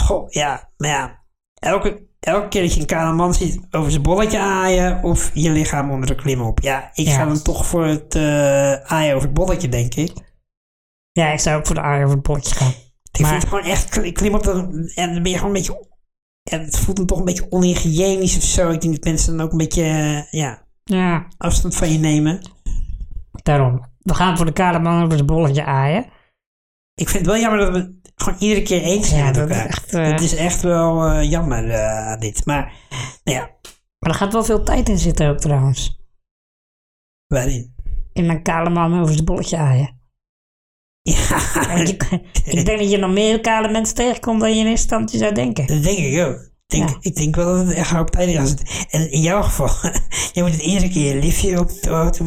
[SPEAKER 2] goh, ja, maar ja, elke, elke keer dat je een kale man ziet over zijn bolletje aaien of je lichaam onder de klim op. Ja, ik
[SPEAKER 1] Ja.
[SPEAKER 2] ga dan toch voor het eh, aaien over het bolletje, denk ik.
[SPEAKER 1] ja, ik zou ook voor de aaien voor het bolletje gaan.
[SPEAKER 2] Ik
[SPEAKER 1] Maar-
[SPEAKER 2] vind het gewoon echt, ik klim op de, en dan ben je gewoon een beetje, en het voelt me toch een beetje onhygiënisch of zo. Ik denk dat mensen dan ook een beetje, eh, ja,
[SPEAKER 1] Ja,
[SPEAKER 2] afstand van je nemen.
[SPEAKER 1] daarom. We gaan voor de kale man over zijn bolletje aaien.
[SPEAKER 2] Ik vind het wel jammer dat we het gewoon iedere keer eens zijn
[SPEAKER 1] Ja,
[SPEAKER 2] met
[SPEAKER 1] dat is
[SPEAKER 2] elkaar.
[SPEAKER 1] echt... eh,
[SPEAKER 2] Het is echt wel eh, jammer, eh, dit. Maar, nou ja,
[SPEAKER 1] Maar er gaat wel veel tijd in zitten ook trouwens.
[SPEAKER 2] waarin?
[SPEAKER 1] In een kale man over zijn bolletje aaien.
[SPEAKER 2] Ja,
[SPEAKER 1] Want je,
[SPEAKER 2] [laughs]
[SPEAKER 1] ik denk dat je nog meer kale mensen tegenkomt dan je in eerste instantie zou
[SPEAKER 2] [laughs]
[SPEAKER 1] denken.
[SPEAKER 2] dat denk ik ook. Ik denk,
[SPEAKER 1] Ja.
[SPEAKER 2] ik denk wel dat het echt op tijd gaat zitten. En in jouw geval, [laughs] je moet het iedere keer je liftje op de auto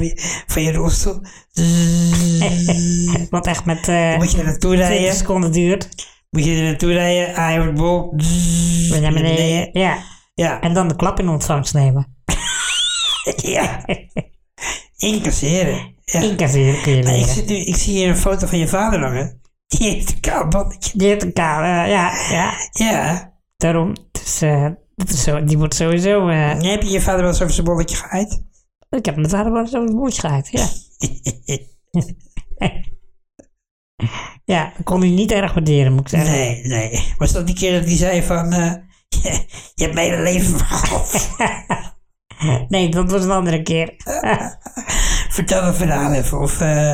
[SPEAKER 2] van je
[SPEAKER 1] [laughs]
[SPEAKER 2] rolstoel. Zzzz.
[SPEAKER 1] Wat echt met eh
[SPEAKER 2] moet je er naartoe
[SPEAKER 1] 20
[SPEAKER 2] rijden.
[SPEAKER 1] seconden duurt.
[SPEAKER 2] Moet je er naartoe rijden, aan je wordt bol.
[SPEAKER 1] Ben naar beneden. Ja.
[SPEAKER 2] Ja,
[SPEAKER 1] En dan de klap in ontvangst nemen.
[SPEAKER 2] [laughs] ja. Incasseren. Ja.
[SPEAKER 1] Incasseren kun je
[SPEAKER 2] Maar ik,
[SPEAKER 1] leren.
[SPEAKER 2] zit nu, ik zie hier een foto van je vader hangen. Die heeft een kaal bandje.
[SPEAKER 1] Je hebt een kale, eh, ja, ja.
[SPEAKER 2] Ja.
[SPEAKER 1] Daarom. Dus, eh, dat is zo, die wordt sowieso... eh,
[SPEAKER 2] En heb je je vader wel eens over zijn bolletje gehaaid? [laughs]
[SPEAKER 1] ik heb mijn vader wel eens over het bolletje gehaaid, ja. [laughs] Ja, dat kon hij niet erg waarderen, moet ik zeggen.
[SPEAKER 2] Nee, nee. Was dat die keer dat hij zei van... eh, [laughs] je, je hebt mijn hele leven verhaald.
[SPEAKER 1] Nee, dat was een andere keer.
[SPEAKER 2] [laughs] Vertel dat verhaal even. Of, eh,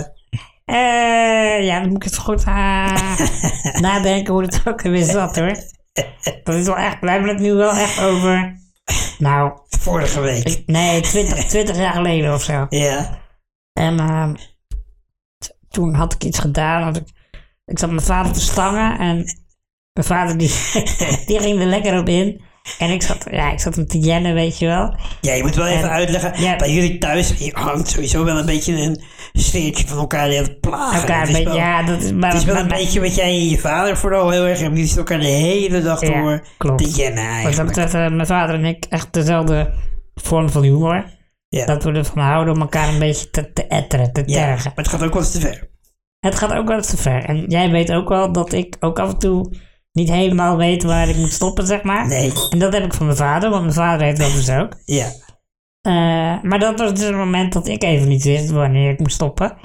[SPEAKER 1] Eh, ja, dan moet ik het goed [laughs] eh, nadenken hoe het ook weer zat hoor. Dat is wel echt, we hebben het nu wel echt over. Nou,
[SPEAKER 2] vorige week.
[SPEAKER 1] ik- nee, [laughs] 20, 20 jaar geleden of zo.
[SPEAKER 2] Ja.
[SPEAKER 1] En ehm, t- toen had ik iets gedaan. Had ik, ik zat mijn vader te stangen en mijn vader die, [laughs] die ging er lekker op in. En ik zat, ja, ik zat hem te jennen, weet je wel.
[SPEAKER 2] Ja, je moet wel even
[SPEAKER 1] En-
[SPEAKER 2] uitleggen.
[SPEAKER 1] ja.
[SPEAKER 2] Bij jullie thuis hangt sowieso wel een beetje een sfeertje van elkaar die aan het plagen.
[SPEAKER 1] Elkaar
[SPEAKER 2] Het
[SPEAKER 1] een
[SPEAKER 2] is
[SPEAKER 1] beetje,
[SPEAKER 2] wel-
[SPEAKER 1] ja, dat is maar
[SPEAKER 2] Het is wel een
[SPEAKER 1] maar-
[SPEAKER 2] beetje wat jij en je vader vooral heel erg hebben. Jullie zitten elkaar de hele dag
[SPEAKER 1] Ja,
[SPEAKER 2] door
[SPEAKER 1] klopt.
[SPEAKER 2] te jennen
[SPEAKER 1] Wat dat
[SPEAKER 2] eigenlijk.
[SPEAKER 1] betreft hebben mijn vader en ik echt dezelfde vorm van humor.
[SPEAKER 2] Ja.
[SPEAKER 1] Dat we ervan houden om elkaar een beetje te, te etteren, te
[SPEAKER 2] Ja,
[SPEAKER 1] tergen.
[SPEAKER 2] maar het gaat ook wel eens te ver.
[SPEAKER 1] Het gaat ook wel eens te ver. En jij weet ook wel dat ik ook af en toe niet helemaal weet waar ik moet stoppen, zeg maar.
[SPEAKER 2] Nee,
[SPEAKER 1] En dat heb ik van mijn vader, want mijn vader heeft dat dus ook.
[SPEAKER 2] ja.
[SPEAKER 1] Eh, maar dat was dus het moment dat ik even niet wist wanneer ik moest stoppen.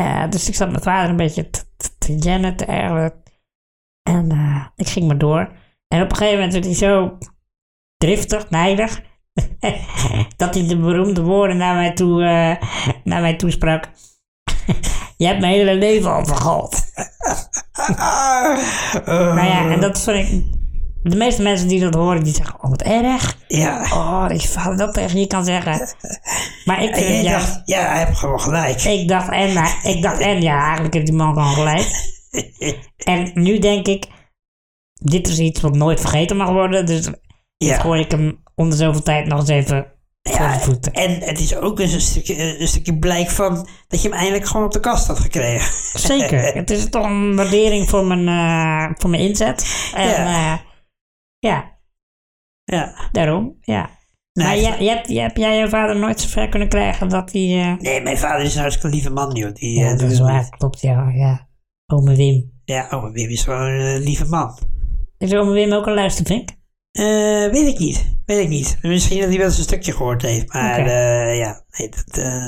[SPEAKER 1] Eh, dus ik zat mijn vader een beetje te, te, te jennen, te ergeren. En eh, ik ging maar door. En op een gegeven moment werd hij zo driftig, nijdig, [laughs] dat hij de beroemde woorden naar mij toe, eh, naar mij toe sprak. [laughs] Je hebt mijn hele leven al vergald. nou ja, en dat vond ik... De meeste mensen die dat horen, die zeggen, oh wat erg.
[SPEAKER 2] Ja.
[SPEAKER 1] Oh, dat je vader dat tegen je kan zeggen. Maar ik
[SPEAKER 2] En
[SPEAKER 1] vind
[SPEAKER 2] jij
[SPEAKER 1] het juist-
[SPEAKER 2] dacht, ja, hij heeft gewoon gelijk.
[SPEAKER 1] ik dacht, en, hij- ik dacht, en ja, eigenlijk heeft die man gewoon
[SPEAKER 2] [laughs]
[SPEAKER 1] gelijk. En nu denk ik, dit is iets wat nooit vergeten mag worden. Dus
[SPEAKER 2] Ja.
[SPEAKER 1] gooi ik hem onder zoveel tijd nog eens even voor de voeten.
[SPEAKER 2] En het is ook eens een stukje, eh, een stukje blijk van dat je hem eindelijk gewoon op de kast had gekregen. [laughs]
[SPEAKER 1] Zeker, het is toch een waardering voor mijn, eh, voor mijn inzet. En
[SPEAKER 2] Ja.
[SPEAKER 1] ja, ja
[SPEAKER 2] Ja.
[SPEAKER 1] daarom, ja.
[SPEAKER 2] Nee,
[SPEAKER 1] maar
[SPEAKER 2] echt-
[SPEAKER 1] jij, jij, hebt- jij, heb jij je vader nooit zover kunnen krijgen dat hij... eh,
[SPEAKER 2] Nee, mijn vader is een hartstikke lieve man, joh. Die,
[SPEAKER 1] ja,
[SPEAKER 2] eh,
[SPEAKER 1] dat is waar, klopt, ja. ja. Ome Wim.
[SPEAKER 2] Ja, oh, Wim is gewoon een lieve man.
[SPEAKER 1] Is ome Wim ook een luistervink?
[SPEAKER 2] Eh, weet ik niet. Weet ik niet. Misschien dat hij wel eens een stukje gehoord heeft. Maar
[SPEAKER 1] Oké.
[SPEAKER 2] eh, ja, nee, dat, eh,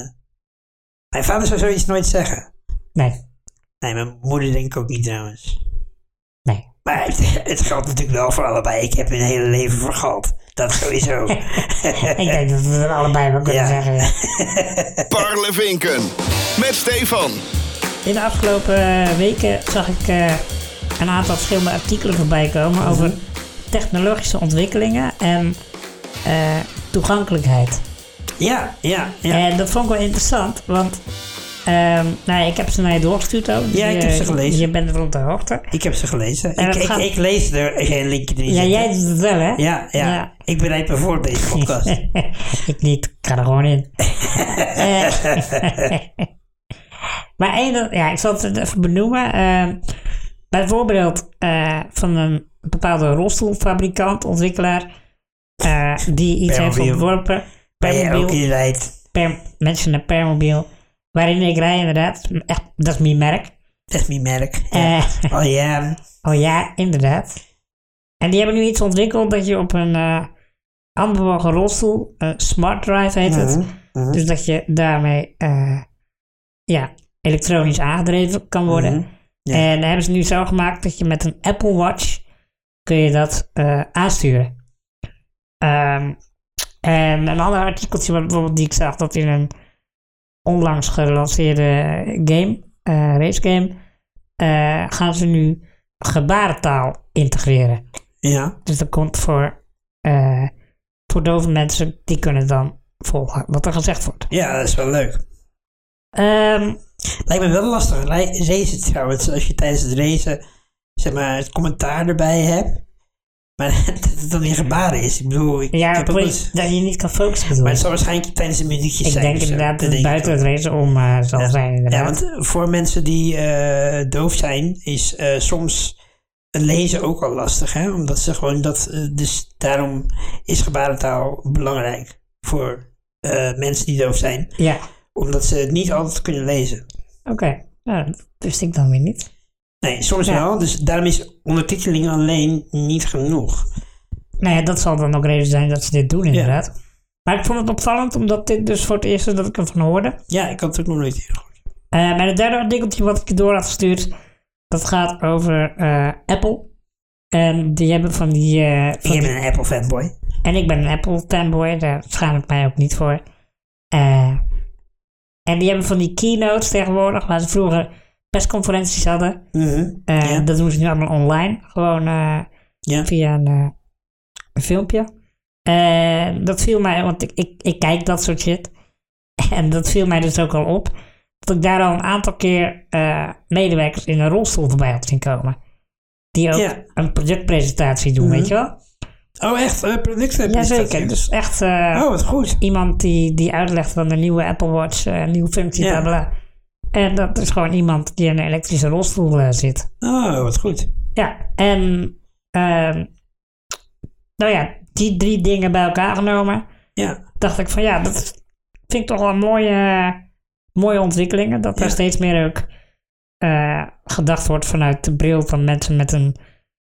[SPEAKER 2] Mijn vader zou zoiets nooit zeggen.
[SPEAKER 1] Nee,
[SPEAKER 2] Nee, mijn moeder denk ik ook niet trouwens.
[SPEAKER 1] nee.
[SPEAKER 2] Maar het, [laughs] het geldt natuurlijk wel voor allebei. Ik heb mijn hele leven vergald. Dat
[SPEAKER 1] [laughs]
[SPEAKER 2] sowieso.
[SPEAKER 1] Ik denk dat we het allebei wel kunnen
[SPEAKER 2] Ja.
[SPEAKER 1] zeggen, ja.
[SPEAKER 4] Parlevinken met Stefan.
[SPEAKER 1] In de afgelopen eh, weken zag ik eh, een aantal verschillende artikelen voorbij
[SPEAKER 2] Mhm.
[SPEAKER 1] komen over technologische ontwikkelingen en eh, toegankelijkheid.
[SPEAKER 2] ja, ja, ja.
[SPEAKER 1] En dat vond ik wel interessant, want ehm, nou, ja, ik heb ze naar je doorgestuurd ook. dus
[SPEAKER 2] Ja, ik
[SPEAKER 1] je-
[SPEAKER 2] heb ze gelezen.
[SPEAKER 1] Je bent er op de hoogte.
[SPEAKER 2] Ik heb ze gelezen.
[SPEAKER 1] En
[SPEAKER 2] Ik,
[SPEAKER 1] het
[SPEAKER 2] ik,
[SPEAKER 1] gaat-
[SPEAKER 2] ik lees er geen linkje in.
[SPEAKER 1] Ja,
[SPEAKER 2] zitten.
[SPEAKER 1] jij doet het wel, hè?
[SPEAKER 2] Ja, ja,
[SPEAKER 1] Ja.
[SPEAKER 2] Ik bereid me voor op
[SPEAKER 1] [laughs]
[SPEAKER 2] deze podcast.
[SPEAKER 1] ik niet, ik ga er gewoon
[SPEAKER 2] [laughs]
[SPEAKER 1] in. Eh, maar één, dat- ja, ik zal het even benoemen. Eh, bijvoorbeeld eh, van een bepaalde rolstoelfabrikant, ontwikkeraar, eh, die iets heeft
[SPEAKER 2] Permobiel.
[SPEAKER 1] ontworpen.
[SPEAKER 2] ben jij ook in
[SPEAKER 1] Permobiel,
[SPEAKER 2] de tijd?
[SPEAKER 1] per, mensen naar Permobiel, waarin ik rij inderdaad. Echt, dat is mijn merk.
[SPEAKER 2] Dat is mijn merk.
[SPEAKER 1] Eh,
[SPEAKER 2] Oh ja.
[SPEAKER 1] Oh ja, inderdaad. En die hebben nu iets ontwikkeld dat je op een eh handbewogen rolstoel, eh, smart drive heet het,
[SPEAKER 2] Mhm, mhm.
[SPEAKER 1] dus dat je daarmee eh, ja, elektronisch aangedreven kan worden.
[SPEAKER 2] Mhm, ja.
[SPEAKER 1] En hebben ze nu zo gemaakt dat je met een Apple Watch kun je dat eh, aansturen. Ehm, en een ander artikeltje wat bijvoorbeeld die ik zag dat in een onlangs gelanceerde game, eh race game, eh, gaan ze nu gebarentaal integreren.
[SPEAKER 2] Ja.
[SPEAKER 1] Dus dat komt voor, eh, voor dove mensen, die kunnen dan volgen wat er gezegd wordt.
[SPEAKER 2] ja, dat is wel leuk.
[SPEAKER 1] Ehm,
[SPEAKER 2] Lijkt me wel lastig. Rij- Racen trouwens, als je tijdens het racen zeg maar, het commentaar erbij hebt. Maar [laughs] dat het dan in gebaren is. Ik bedoel, ik,
[SPEAKER 1] ja,
[SPEAKER 2] ik heb
[SPEAKER 1] dat
[SPEAKER 2] ook wel eens-
[SPEAKER 1] je- dat je niet kan focussen. bedoel
[SPEAKER 2] Maar
[SPEAKER 1] ik.
[SPEAKER 2] het zal waarschijnlijk tijdens een minuutje
[SPEAKER 1] Ik
[SPEAKER 2] zijn.
[SPEAKER 1] denk
[SPEAKER 2] of zo.
[SPEAKER 1] inderdaad
[SPEAKER 2] Dat
[SPEAKER 1] dat het
[SPEAKER 2] denk ik
[SPEAKER 1] buiten
[SPEAKER 2] ook.
[SPEAKER 1] het race om eh, zal zijn
[SPEAKER 2] Ja,
[SPEAKER 1] inderdaad.
[SPEAKER 2] want eh, voor mensen die eh, doof zijn, is eh, soms het lezen ook al lastig, hè? Omdat ze gewoon dat. eh, dus daarom is gebarentaal belangrijk voor eh, mensen die doof zijn,
[SPEAKER 1] Ja,
[SPEAKER 2] omdat ze het niet altijd kunnen lezen.
[SPEAKER 1] oké. Nou, dat wist ik dan weer niet.
[SPEAKER 2] Nee, soms
[SPEAKER 1] Ja.
[SPEAKER 2] wel, dus daarom is ondertiteling alleen niet genoeg.
[SPEAKER 1] Nou ja, dat zal dan ook reden zijn dat ze dit doen inderdaad. Maar ik vond het opvallend, omdat dit dus voor het eerst is dat ik ervan hoorde.
[SPEAKER 2] Ja, ik had het ook nog nooit eerder gehoord.
[SPEAKER 1] Eh, maar het derde artikeltje wat ik je door had gestuurd, dat gaat over eh, Apple. En die hebben van die... eh, van die-
[SPEAKER 2] Ik ben een Apple fanboy.
[SPEAKER 1] En ik ben een Apple fanboy, daar schaam ik mij ook niet voor. Eh, en die hebben van die keynotes tegenwoordig, waar ze vroeger persconferenties hadden.
[SPEAKER 2] Mhm.
[SPEAKER 1] Eh,
[SPEAKER 2] Ja.
[SPEAKER 1] Dat doen ze nu allemaal online. Gewoon eh,
[SPEAKER 2] Ja.
[SPEAKER 1] via een, eh, een filmpje. Eh, dat viel mij, want ik, ik, ik kijk dat soort shit. [laughs] En dat viel mij dus ook al op. Dat ik daar al een aantal keer eh, medewerkers in een rolstoel voorbij had zien komen. Die ook
[SPEAKER 2] Ja. Mhm.
[SPEAKER 1] een productpresentatie doen, weet je wel?
[SPEAKER 2] Oh, echt? eh producten?
[SPEAKER 1] Jazeker. Dus echt eh,
[SPEAKER 2] Oh, wat goed.
[SPEAKER 1] iemand die, die uitlegt van de nieuwe Apple Watch, eh, nieuwe functie,
[SPEAKER 2] Ja.
[SPEAKER 1] bla bla. En dat is gewoon iemand die in een elektrische rolstoel eh, zit.
[SPEAKER 2] Oh, wat goed.
[SPEAKER 1] Ja, en ehm, nou ja, die drie dingen bij elkaar genomen,
[SPEAKER 2] Ja,
[SPEAKER 1] dacht ik van ja, dat vind ik toch wel mooie, eh, mooie ontwikkelingen. Dat er
[SPEAKER 2] Ja.
[SPEAKER 1] steeds meer ook eh, gedacht wordt vanuit de bril van mensen met een.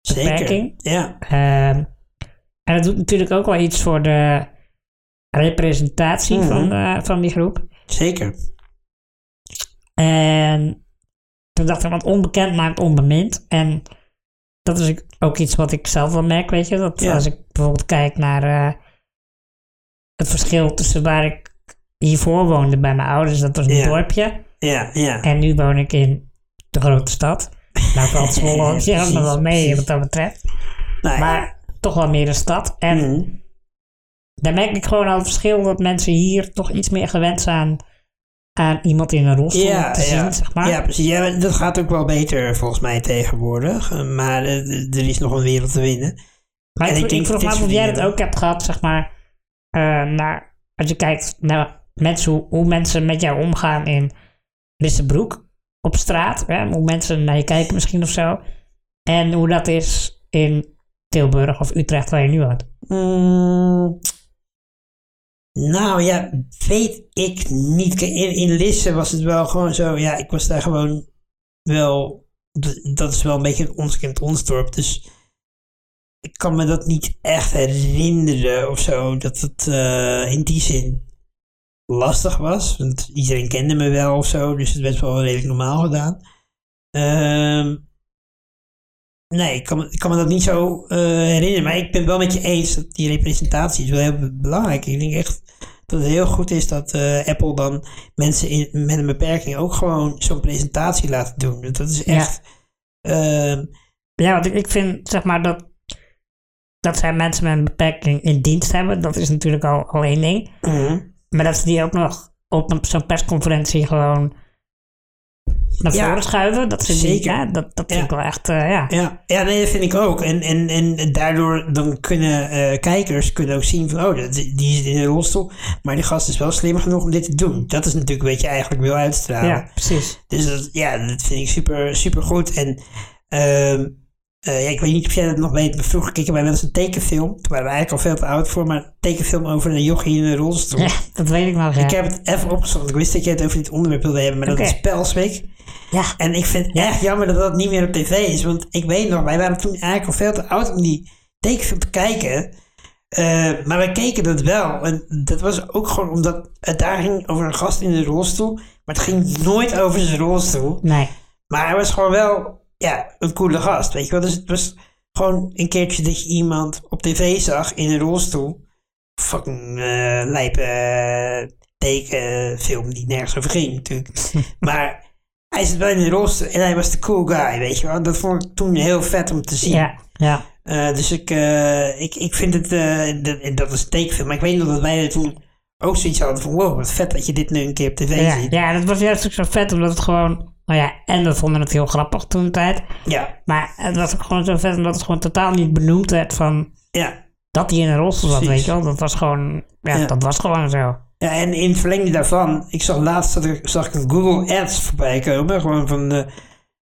[SPEAKER 2] zeker.
[SPEAKER 1] Beperking.
[SPEAKER 2] Ja,
[SPEAKER 1] ehm, en dat doet natuurlijk ook wel iets voor de representatie
[SPEAKER 2] Mhm.
[SPEAKER 1] van, eh, van die groep.
[SPEAKER 2] zeker.
[SPEAKER 1] En toen dacht ik, want onbekend maakt onbemind. En dat is ook iets wat ik zelf wel merk, weet je. Dat
[SPEAKER 2] Ja.
[SPEAKER 1] als ik bijvoorbeeld kijk naar eh, het verschil tussen waar ik hiervoor woonde bij mijn ouders, dat was een
[SPEAKER 2] Ja.
[SPEAKER 1] dorpje.
[SPEAKER 2] Ja, ja.
[SPEAKER 1] En nu woon ik in de grote stad.
[SPEAKER 2] [laughs]
[SPEAKER 1] Nou kan Zwolle op zich ook nog wel mee wat dat betreft.
[SPEAKER 2] Nou,
[SPEAKER 1] Maar toch wel meer een stad. En
[SPEAKER 2] Mhm.
[SPEAKER 1] daar merk ik gewoon al het verschil dat mensen hier toch iets meer gewend zijn aan iemand in een rolstoel
[SPEAKER 2] ja,
[SPEAKER 1] te
[SPEAKER 2] ja.
[SPEAKER 1] zien, zeg maar.
[SPEAKER 2] Ja, precies. Ja, maar dat gaat ook wel beter volgens mij tegenwoordig. Eh, Maar eh, d- er is nog een wereld te winnen.
[SPEAKER 1] Maar
[SPEAKER 2] En
[SPEAKER 1] ik,
[SPEAKER 2] ik
[SPEAKER 1] vro-
[SPEAKER 2] denk
[SPEAKER 1] ik vroeg me
[SPEAKER 2] dit
[SPEAKER 1] af of jij dat
[SPEAKER 2] verdienen.
[SPEAKER 1] ook hebt gehad, zeg maar. eh, naar, als je kijkt naar mensen, hoe, hoe mensen met jou omgaan in Lissabroek op straat. Hè, hoe mensen naar je kijken misschien of zo. En hoe dat is in Tilburg of Utrecht waar je nu woont.
[SPEAKER 2] Mm, Nou ja, weet ik niet. Kijk, In, in Lisse was het wel gewoon zo. Ja, ik was daar gewoon wel. d- Dat is wel een beetje een ons kent ons dorp. Dus ik kan me dat niet echt herinneren of zo. Dat het eh, in die zin lastig was. Want iedereen kende me wel of zo. Dus het werd wel redelijk normaal gedaan. Ehm, nee, ik kan, me- ik kan me dat niet zo eh, herinneren. Maar ik ben het wel met je eens dat die representatie is wel heel belangrijk. Ik denk echt dat het heel goed is dat eh, Apple dan mensen in, met een beperking ook gewoon zo'n presentatie laat doen. Want Dat is
[SPEAKER 1] Ja.
[SPEAKER 2] echt. ehm,
[SPEAKER 1] Ja, want ik, ik vind zeg maar dat, dat zij mensen met een beperking in dienst hebben. Dat is natuurlijk al, al één ding.
[SPEAKER 2] mhm.
[SPEAKER 1] Maar dat ze die ook nog op een- zo'n persconferentie gewoon naar
[SPEAKER 2] Ja,
[SPEAKER 1] voren schuiven. Dat, ze die,
[SPEAKER 2] zeker.
[SPEAKER 1] ja, dat, dat vind
[SPEAKER 2] Ja.
[SPEAKER 1] ik wel echt, eh, ja.
[SPEAKER 2] Ja, ja nee, dat vind ik ook. En, en, en daardoor dan kunnen eh, kijkers kunnen ook zien van... oh, dat- die zit in een rolstoel, maar die gast is wel slim genoeg om dit te doen. Dat is natuurlijk wat je eigenlijk wil uitstralen.
[SPEAKER 1] Ja, precies.
[SPEAKER 2] Dus dat, ja, dat vind ik super, super goed. En ehm, eh, ja, ik weet niet of jij dat nog weet, maar vroeger keken wij wel eens een tekenfilm. Toen waren we eigenlijk al veel te oud voor, maar een tekenfilm over een jochie in een rolstoel.
[SPEAKER 1] [laughs] Ja, dat weet ik nog, ja.
[SPEAKER 2] Ik eh, heb het even opgezocht, want ik wist dat jij het over dit onderwerp wilde hebben, maar
[SPEAKER 1] Oké.
[SPEAKER 2] dat is Pelswick.
[SPEAKER 1] Ja.
[SPEAKER 2] En ik vind het echt jammer dat dat niet meer op tv is. Want ik weet nog, wij waren toen eigenlijk al veel te oud om die tekenfilm te kijken. Eh, maar wij keken dat wel. En dat was ook gewoon omdat het daar ging over een gast in een rolstoel. Maar het ging nooit over zijn rolstoel.
[SPEAKER 1] Nee.
[SPEAKER 2] Maar hij was gewoon wel ja, een coole gast, weet je wel. Dus het was gewoon een keertje dat je iemand op tv zag in een rolstoel. Fucking eh lijpe eh, tekenfilm die nergens over
[SPEAKER 1] [laughs]
[SPEAKER 2] ging natuurlijk. maar hij zit wel in een rolstoel en hij was de cool guy, weet je wel. Dat vond ik toen heel vet om te zien.
[SPEAKER 1] Ja, ja.
[SPEAKER 2] Eh, dus ik, eh, ik, ik vind het, eh, dat, en dat is een tekenfilm. Maar ik weet nog dat wij toen ook zoiets hadden van... wow, wat vet dat je dit nu een keer op tv
[SPEAKER 1] Ja,
[SPEAKER 2] ziet.
[SPEAKER 1] ja, dat was juist ook zo vet, omdat het gewoon... Nou ja, en we vonden het heel grappig toen de tijd.
[SPEAKER 2] Ja,
[SPEAKER 1] Maar het was ook gewoon zo vet, omdat het gewoon totaal niet benoemd werd van...
[SPEAKER 2] ja.
[SPEAKER 1] Dat hij in een rolstoel zat,
[SPEAKER 2] Precies.
[SPEAKER 1] weet je wel. Dat was gewoon... Ja,
[SPEAKER 2] Ja.
[SPEAKER 1] dat was gewoon zo.
[SPEAKER 2] Ja, en in het verlengde daarvan, ik zag laatst dat er, zag ik een Google Ads voorbij komen, gewoon van de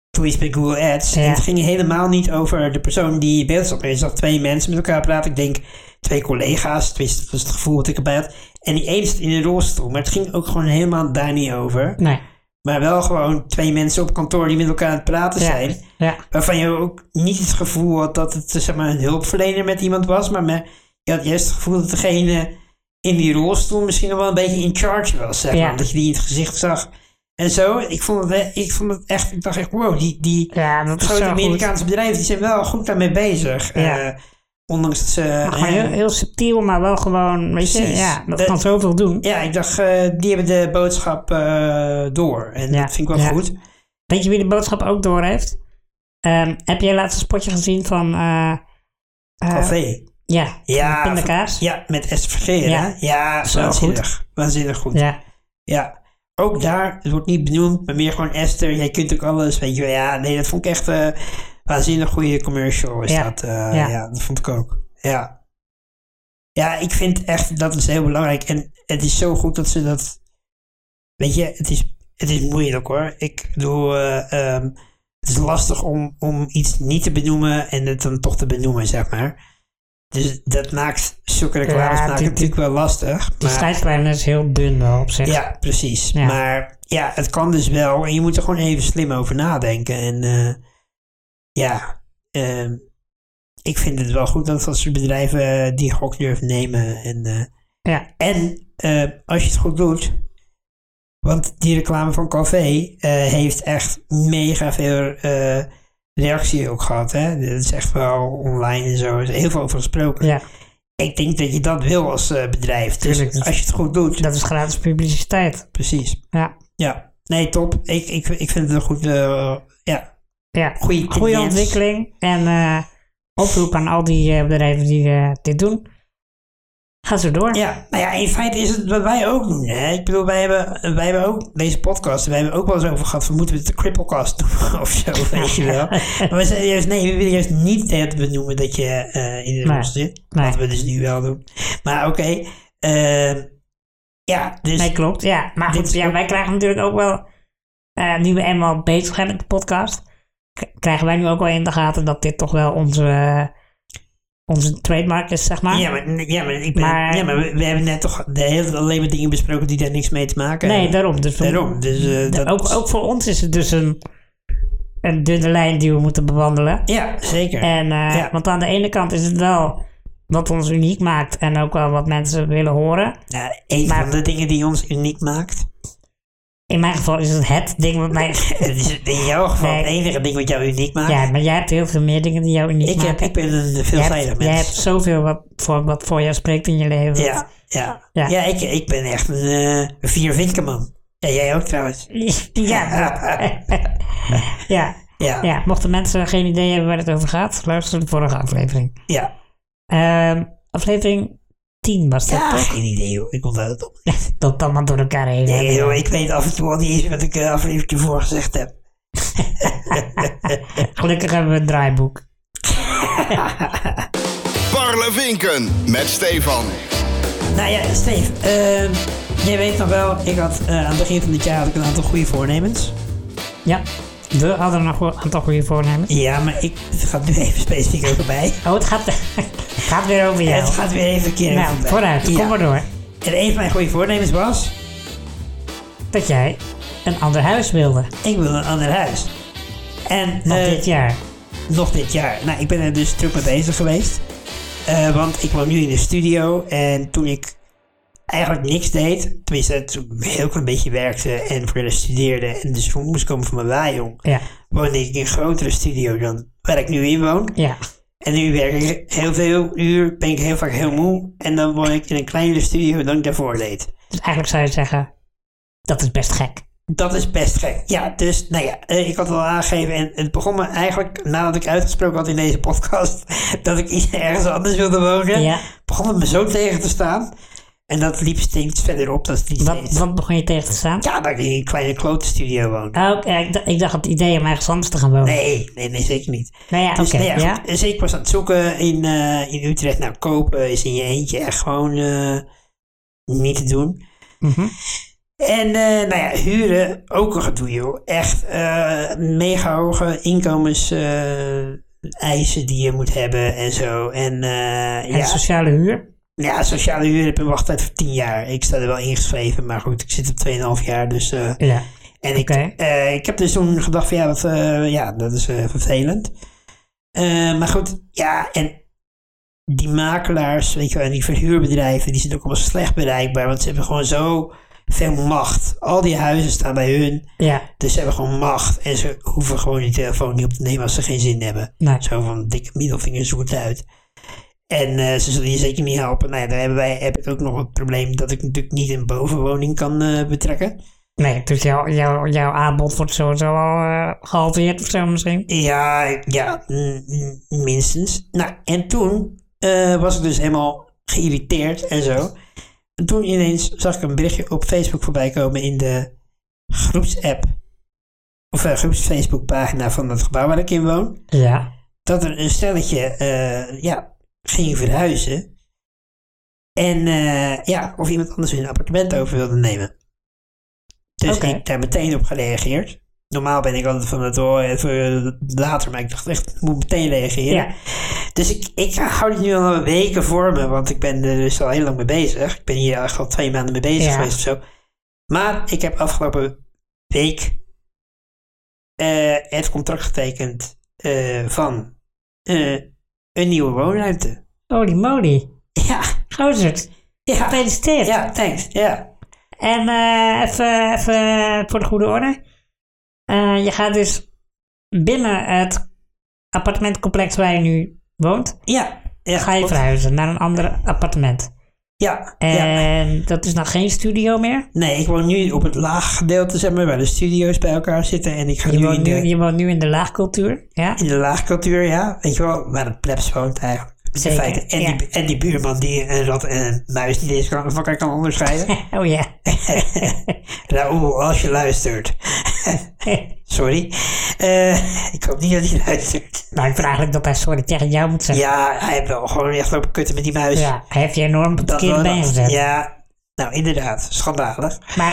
[SPEAKER 2] tweets bij Google Ads.
[SPEAKER 1] Ja.
[SPEAKER 2] En het ging helemaal niet over de persoon die je beeld zag. Je zag twee mensen met elkaar praten, ik denk twee collega's, tenminste dat was het gevoel dat ik erbij had. En die een zit in een rolstoel, maar het ging ook gewoon helemaal daar niet over.
[SPEAKER 1] Nee.
[SPEAKER 2] Maar wel gewoon twee mensen op kantoor die met elkaar aan het praten
[SPEAKER 1] Ja,
[SPEAKER 2] zijn.
[SPEAKER 1] ja.
[SPEAKER 2] Waarvan je ook niet het gevoel had dat het eh, zeg maar, een hulpverlener met iemand was, maar me- je had juist het gevoel dat degene in die rolstoel misschien nog wel een beetje in charge was. Zeg maar,
[SPEAKER 1] Ja.
[SPEAKER 2] Dat je die in het gezicht zag. En zo, ik vond het, e- ik vond het echt, ik dacht echt, wow, die, die
[SPEAKER 1] Ja, dat is
[SPEAKER 2] grote
[SPEAKER 1] zo goed.
[SPEAKER 2] Amerikaanse bedrijven die zijn wel goed daarmee bezig.
[SPEAKER 1] Ja.
[SPEAKER 2] Eh, ondanks dat ze.
[SPEAKER 1] Maar gewoon heel,
[SPEAKER 2] eh,
[SPEAKER 1] heel subtiel, maar wel gewoon... Weet je,
[SPEAKER 2] Precies.
[SPEAKER 1] ja, dat
[SPEAKER 2] Dat-
[SPEAKER 1] kan zoveel doen.
[SPEAKER 2] ja, ik dacht, eh, die hebben de boodschap eh, door. En
[SPEAKER 1] Ja.
[SPEAKER 2] dat vind ik wel
[SPEAKER 1] Ja.
[SPEAKER 2] goed.
[SPEAKER 1] Weet je wie de boodschap ook door heeft? Ehm, heb jij laatst een spotje gezien van... eh, eh,
[SPEAKER 2] Café.
[SPEAKER 1] ja,
[SPEAKER 2] Ja,
[SPEAKER 1] van de pindakaas?
[SPEAKER 2] Ja, met Esther Vergeer,
[SPEAKER 1] Ja.
[SPEAKER 2] hè? Ja,
[SPEAKER 1] Zo
[SPEAKER 2] waanzinnig. Waanzinnig goed. Ja.
[SPEAKER 1] Ja,
[SPEAKER 2] Ook daar, het wordt niet benoemd, maar meer gewoon Esther. Jij kunt ook alles, weet je wel. Ja, nee, dat vond ik echt eh waanzinnig goede commercial. Is
[SPEAKER 1] Ja.
[SPEAKER 2] Dat, eh,
[SPEAKER 1] Ja.
[SPEAKER 2] ja. dat vond ik ook. Ja. ja, ik vind echt, dat is heel belangrijk. En het is zo goed dat ze dat... Weet je, het is, het is moeilijk hoor. Ik bedoel, eh, ehm, het is lastig om, om iets niet te benoemen en het dan toch te benoemen, zeg maar. Dus dat maakt zulke reclames
[SPEAKER 1] Ja,
[SPEAKER 2] maken
[SPEAKER 1] die-
[SPEAKER 2] het natuurlijk wel lastig.
[SPEAKER 1] die
[SPEAKER 2] Maar,
[SPEAKER 1] scheidslijn is heel dun wel op zich.
[SPEAKER 2] ja, precies.
[SPEAKER 1] Ja.
[SPEAKER 2] Maar ja, het kan dus wel. En je moet er gewoon even slim over nadenken. En eh, ja, ehm, ik vind het wel goed dat dat soort bedrijven eh, die gok durven nemen. En, eh,
[SPEAKER 1] Ja.
[SPEAKER 2] en eh, als je het goed doet. Want die reclame van Café eh, heeft echt mega veel eh, reactie ook gehad. Hè? Dat is echt wel online en zo. Er is heel veel over gesproken.
[SPEAKER 1] Ja.
[SPEAKER 2] Ik denk dat je dat wil als eh, bedrijf. Dus
[SPEAKER 1] Tuurlijk, dat-
[SPEAKER 2] als je het goed doet.
[SPEAKER 1] Dat is gratis publiciteit.
[SPEAKER 2] Precies.
[SPEAKER 1] Ja,
[SPEAKER 2] Ja. Nee, top. Ik, ik, ik vind het een goed... eh, ja.
[SPEAKER 1] ja.
[SPEAKER 2] Goeie
[SPEAKER 1] goede
[SPEAKER 2] tendens.
[SPEAKER 1] ontwikkeling. En eh oproep aan al die eh, bedrijven die eh, dit doen. Ga zo door.
[SPEAKER 2] Ja, nou ja, in feite is het wat wij ook doen. Hè? Ik bedoel, wij hebben, wij hebben ook deze podcast, wij hebben ook wel eens over gehad van moeten we het de Cripplecast doen [laughs] of zo, weet je
[SPEAKER 1] [laughs]
[SPEAKER 2] wel. Maar we zeiden juist, nee, we willen juist niet het benoemen dat je eh, in de
[SPEAKER 1] Nee.
[SPEAKER 2] rol zit.
[SPEAKER 1] Nee.
[SPEAKER 2] Wat we dus nu wel doen. Maar oké, ehm, ja, dus
[SPEAKER 1] Nee, klopt. Ja, maar
[SPEAKER 2] Dit
[SPEAKER 1] goed,
[SPEAKER 2] is
[SPEAKER 1] ja,
[SPEAKER 2] ook-
[SPEAKER 1] wij krijgen natuurlijk ook wel, eh, nu we eenmaal bezig zijn met de podcast, k- krijgen wij nu ook wel in de gaten dat dit toch wel onze, eh, onze trademark is, zeg maar.
[SPEAKER 2] ja, maar, ja, maar, ik ben,
[SPEAKER 1] Maar-
[SPEAKER 2] ja, maar we, we hebben net toch de hele tijd alleen maar dingen besproken die daar niks mee te maken
[SPEAKER 1] nee,
[SPEAKER 2] hebben.
[SPEAKER 1] daarom. Dus we-
[SPEAKER 2] Daarom, dus eh, dat...
[SPEAKER 1] Ook, ook voor ons is het dus een, een dunne lijn die we moeten bewandelen.
[SPEAKER 2] Ja, zeker.
[SPEAKER 1] En, eh,
[SPEAKER 2] Ja.
[SPEAKER 1] Want aan de ene kant is het wel wat ons uniek maakt en ook wel wat mensen willen horen.
[SPEAKER 2] Nou, een
[SPEAKER 1] maar-
[SPEAKER 2] van de dingen die ons uniek maakt... [laughs]
[SPEAKER 1] In mijn geval is het het ding wat mij...
[SPEAKER 2] Het is in jouw geval
[SPEAKER 1] Nee.
[SPEAKER 2] het enige ding wat jou uniek maakt.
[SPEAKER 1] ja, maar jij hebt heel veel meer dingen die jou uniek
[SPEAKER 2] ik,
[SPEAKER 1] maken.
[SPEAKER 2] heb, ik ben een
[SPEAKER 1] Jij
[SPEAKER 2] veelzijdig
[SPEAKER 1] hebt, jij hebt
[SPEAKER 2] mens.
[SPEAKER 1] zoveel wat voor, wat voor jou spreekt in je leven.
[SPEAKER 2] Ja, ja.
[SPEAKER 1] Ja.
[SPEAKER 2] ja. ik, ik ben echt een eh, viervinkerman. Ja, jij ook [laughs] trouwens.
[SPEAKER 1] [laughs] ja, ja.
[SPEAKER 2] Ja, ja.
[SPEAKER 1] ja. Mochten mensen geen idee hebben waar het over gaat, luister de vorige aflevering.
[SPEAKER 2] ja.
[SPEAKER 1] Ehm, aflevering 10 was dat, toch? [laughs]
[SPEAKER 2] geen idee hoor. Ik onthoud het op.
[SPEAKER 1] Dat allemaal door elkaar heen.
[SPEAKER 2] Nee, joh, ik weet af en toe al niet eens wat ik eh, aflevering voor gezegd heb.
[SPEAKER 1] Gelukkig hebben we een draaiboek.
[SPEAKER 4] Parlevinken met Stefan.
[SPEAKER 2] Nou ja, Steve, ehm, jij weet nog wel, ik had eh, aan het begin van dit jaar had ik een aantal goede voornemens.
[SPEAKER 1] Ja, we hadden nog een aantal goede voornemens.
[SPEAKER 2] Ja, maar ik, het gaat nu even specifiek over mij.
[SPEAKER 1] Oh, het gaat, [laughs] het gaat weer over jou.
[SPEAKER 2] Het gaat weer even een keer
[SPEAKER 1] nou,
[SPEAKER 2] over mij.
[SPEAKER 1] vooruit,
[SPEAKER 2] Ja.
[SPEAKER 1] kom maar door.
[SPEAKER 2] En een van mijn goede voornemens was,
[SPEAKER 1] Dat jij een ander huis wilde.
[SPEAKER 2] ik wil een ander huis. En
[SPEAKER 1] Nog
[SPEAKER 2] eh,
[SPEAKER 1] dit jaar.
[SPEAKER 2] nog dit jaar. Nou, ik ben er dus druk mee bezig geweest. Eh, want ik woon nu in de studio en toen ik eigenlijk niks deed, tenminste toen ik een heel klein beetje werkte en verder studeerde en dus moest komen van mijn waaijong,
[SPEAKER 1] Ja,
[SPEAKER 2] woonde ik in een grotere studio dan waar ik nu in woon.
[SPEAKER 1] ja.
[SPEAKER 2] En nu werk ik heel veel uur, ben ik heel vaak heel moe en dan woon ik in een kleinere studio dan ik daarvoor deed.
[SPEAKER 1] Dus eigenlijk zou je zeggen, dat is best gek.
[SPEAKER 2] Dat is best gek. Ja, dus nou ja, eh, ik had het al aangegeven en het begon me eigenlijk nadat ik uitgesproken had in deze podcast [laughs] dat ik iets ergens anders wilde wonen.
[SPEAKER 1] Ja.
[SPEAKER 2] Begon het me zo tegen te staan. En dat liep steeds verder op. Dat is niet
[SPEAKER 1] Wat,
[SPEAKER 2] steeds.
[SPEAKER 1] wat begon je tegen te staan?
[SPEAKER 2] Ja, dat ik in een kleine klote studio woon.
[SPEAKER 1] Oh, oké, ik, dacht, ik dacht het idee om ergens anders te gaan wonen.
[SPEAKER 2] Nee, nee, nee, zeker niet.
[SPEAKER 1] Nou ja,
[SPEAKER 2] Dus
[SPEAKER 1] oké.
[SPEAKER 2] nou ja,
[SPEAKER 1] ja?
[SPEAKER 2] goed. Dus ik was aan het zoeken in, eh, in Utrecht. Nou, kopen is in je eentje echt gewoon eh, niet te doen.
[SPEAKER 1] Mhm.
[SPEAKER 2] En eh, nou ja, huren, ook een gedoe joh. Echt eh, mega hoge inkomenseisen eisen die je moet hebben en zo. En, eh,
[SPEAKER 1] En
[SPEAKER 2] ja,
[SPEAKER 1] sociale huur?
[SPEAKER 2] ja, sociale huur heb een wachttijd van 10 jaar. Ik sta er wel ingeschreven, maar goed, ik zit op 2,5 jaar. Dus, eh,
[SPEAKER 1] Ja.
[SPEAKER 2] en ik,
[SPEAKER 1] Oké.
[SPEAKER 2] eh, ik heb dus toen gedacht van ja, dat, eh, ja, dat is eh, vervelend. Eh, maar goed, ja, en die makelaars, weet je wel, en die verhuurbedrijven, die zijn ook allemaal slecht bereikbaar, want ze hebben gewoon zo veel macht. Al die huizen staan bij hun,
[SPEAKER 1] Ja.
[SPEAKER 2] dus ze hebben gewoon macht en ze hoeven gewoon die telefoon niet op te nemen als ze geen zin hebben.
[SPEAKER 1] Nee.
[SPEAKER 2] Zo van dikke middelvinger zoet uit. En eh, ze zullen je zeker niet helpen. Nou ja, daar hebben wij, heb ik ook nog het probleem dat ik natuurlijk niet een bovenwoning kan eh, betrekken.
[SPEAKER 1] Nee, dus jouw jouw jouw aanbod wordt sowieso al eh, gehalveerd of zo misschien.
[SPEAKER 2] Ja, ja, mm, mm, minstens. Nou, en toen eh, was ik dus helemaal geïrriteerd en zo. En toen ineens zag ik een berichtje op Facebook voorbij komen in de groepsapp. Of eh, groeps Facebookpagina van het gebouw waar ik in woon.
[SPEAKER 1] Ja.
[SPEAKER 2] Dat er een stelletje eh, ja, ging verhuizen. En eh, ja, of iemand anders hun appartement over wilde nemen. Dus
[SPEAKER 1] Oké.
[SPEAKER 2] ik daar meteen op gereageerd. Normaal ben ik altijd van het hoor even later, maar ik dacht echt, ik moet meteen reageren.
[SPEAKER 1] Ja.
[SPEAKER 2] Dus ik, ik hou dit nu al weken voor me, want ik ben er dus al heel lang mee bezig. Ik ben hier eigenlijk al twee maanden mee bezig
[SPEAKER 1] Ja.
[SPEAKER 2] geweest of zo. Maar ik heb afgelopen week eh, het contract getekend eh, van eh, een nieuwe woonruimte.
[SPEAKER 1] Holy moly.
[SPEAKER 2] Ja,
[SPEAKER 1] Gozerd.
[SPEAKER 2] ja,
[SPEAKER 1] Gefeliciteerd.
[SPEAKER 2] ja, thanks. Ja,
[SPEAKER 1] En eh, even, even voor de goede orde. Eh, je gaat dus binnen het appartementcomplex waar je nu woont,
[SPEAKER 2] ja, Ja,
[SPEAKER 1] ga je
[SPEAKER 2] klopt.
[SPEAKER 1] verhuizen naar een ander appartement.
[SPEAKER 2] Ja, ja.
[SPEAKER 1] En dat is dan geen studio meer?
[SPEAKER 2] Nee, ik woon nu op het laag gedeelte, zeg maar, waar de studio's bij elkaar zitten. En ik ga
[SPEAKER 1] Je
[SPEAKER 2] nu
[SPEAKER 1] woont
[SPEAKER 2] in
[SPEAKER 1] nu,
[SPEAKER 2] de,
[SPEAKER 1] je woont nu in de laagcultuur, ja?
[SPEAKER 2] in de laagcultuur, ja. Weet je wel, waar de plebs woont eigenlijk. In
[SPEAKER 1] Zeker,
[SPEAKER 2] feite. En,
[SPEAKER 1] ja.
[SPEAKER 2] die, en die buurman die een rat en een muis niet eens kan, van elkaar kan onderscheiden.
[SPEAKER 1] [laughs] Oh ja.
[SPEAKER 2] Raoul, als je
[SPEAKER 1] [laughs]
[SPEAKER 2] luistert. Sorry. Eh, ik hoop niet dat hij luistert.
[SPEAKER 1] nou, ik vind eigenlijk dat hij sorry tegen jou moet zeggen.
[SPEAKER 2] Ja, hij heeft wel gewoon echt lopen kutten met die muis.
[SPEAKER 1] Ja, hij heeft je enorm op het verkeerde
[SPEAKER 2] wel-
[SPEAKER 1] been gezet.
[SPEAKER 2] Ja, nou inderdaad. Schandalig.
[SPEAKER 1] Maar,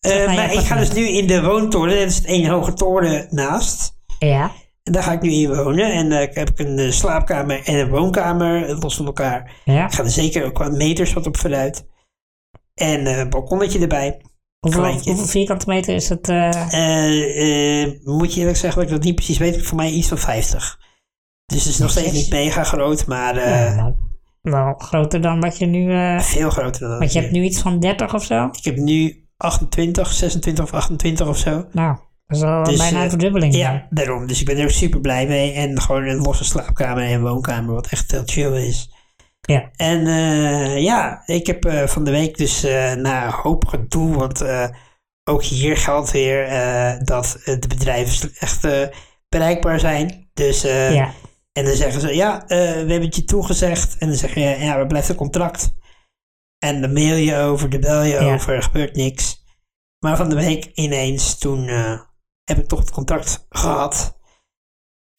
[SPEAKER 2] Eh,
[SPEAKER 1] Zeg maar,
[SPEAKER 2] maar
[SPEAKER 1] je
[SPEAKER 2] ik ga
[SPEAKER 1] appartement.
[SPEAKER 2] dus nu in de woontoren. Dat is één hoge toren naast.
[SPEAKER 1] ja,
[SPEAKER 2] En daar ga ik nu in wonen. En eh, ik heb ik een eh, slaapkamer en een woonkamer eh, los van elkaar.
[SPEAKER 1] ja.
[SPEAKER 2] Ik ga er zeker ook qua meters wat op vooruit. En eh, een balkonnetje erbij.
[SPEAKER 1] Hoeveel,
[SPEAKER 2] kleintje.
[SPEAKER 1] hoeveel vierkante meter is het? eh?
[SPEAKER 2] Eh, eh, moet je eerlijk zeggen dat ik dat niet precies weet. Voor mij iets van 50. Dus het is nog steeds niet mega groot, maar eh,
[SPEAKER 1] nou, wel groter dan wat je nu... eh
[SPEAKER 2] veel groter dan dat.
[SPEAKER 1] want je hebt nu iets van 30 of zo?
[SPEAKER 2] Ik heb nu 28, 26 of 28 of zo.
[SPEAKER 1] Nou, dat is al
[SPEAKER 2] Dus,
[SPEAKER 1] bijna een
[SPEAKER 2] eh,
[SPEAKER 1] verdubbeling.
[SPEAKER 2] Ja, daarom. Dus ik ben er ook super blij mee. En gewoon een losse slaapkamer en woonkamer, wat echt heel chill is.
[SPEAKER 1] Ja.
[SPEAKER 2] En eh, ja, ik heb eh, van de week dus eh, na een hoop gedoe, want eh, ook hier geldt weer eh, dat eh, de bedrijven sl- echt eh, bereikbaar zijn. Dus, eh,
[SPEAKER 1] ja.
[SPEAKER 2] En dan zeggen ze, ja, eh, we hebben het je toegezegd. En dan zeg je, ja, we blijft een contract. En dan mail je over, daar bel je
[SPEAKER 1] Ja.
[SPEAKER 2] over, er gebeurt niks. Maar van de week ineens, toen eh, heb ik toch het contract gehad.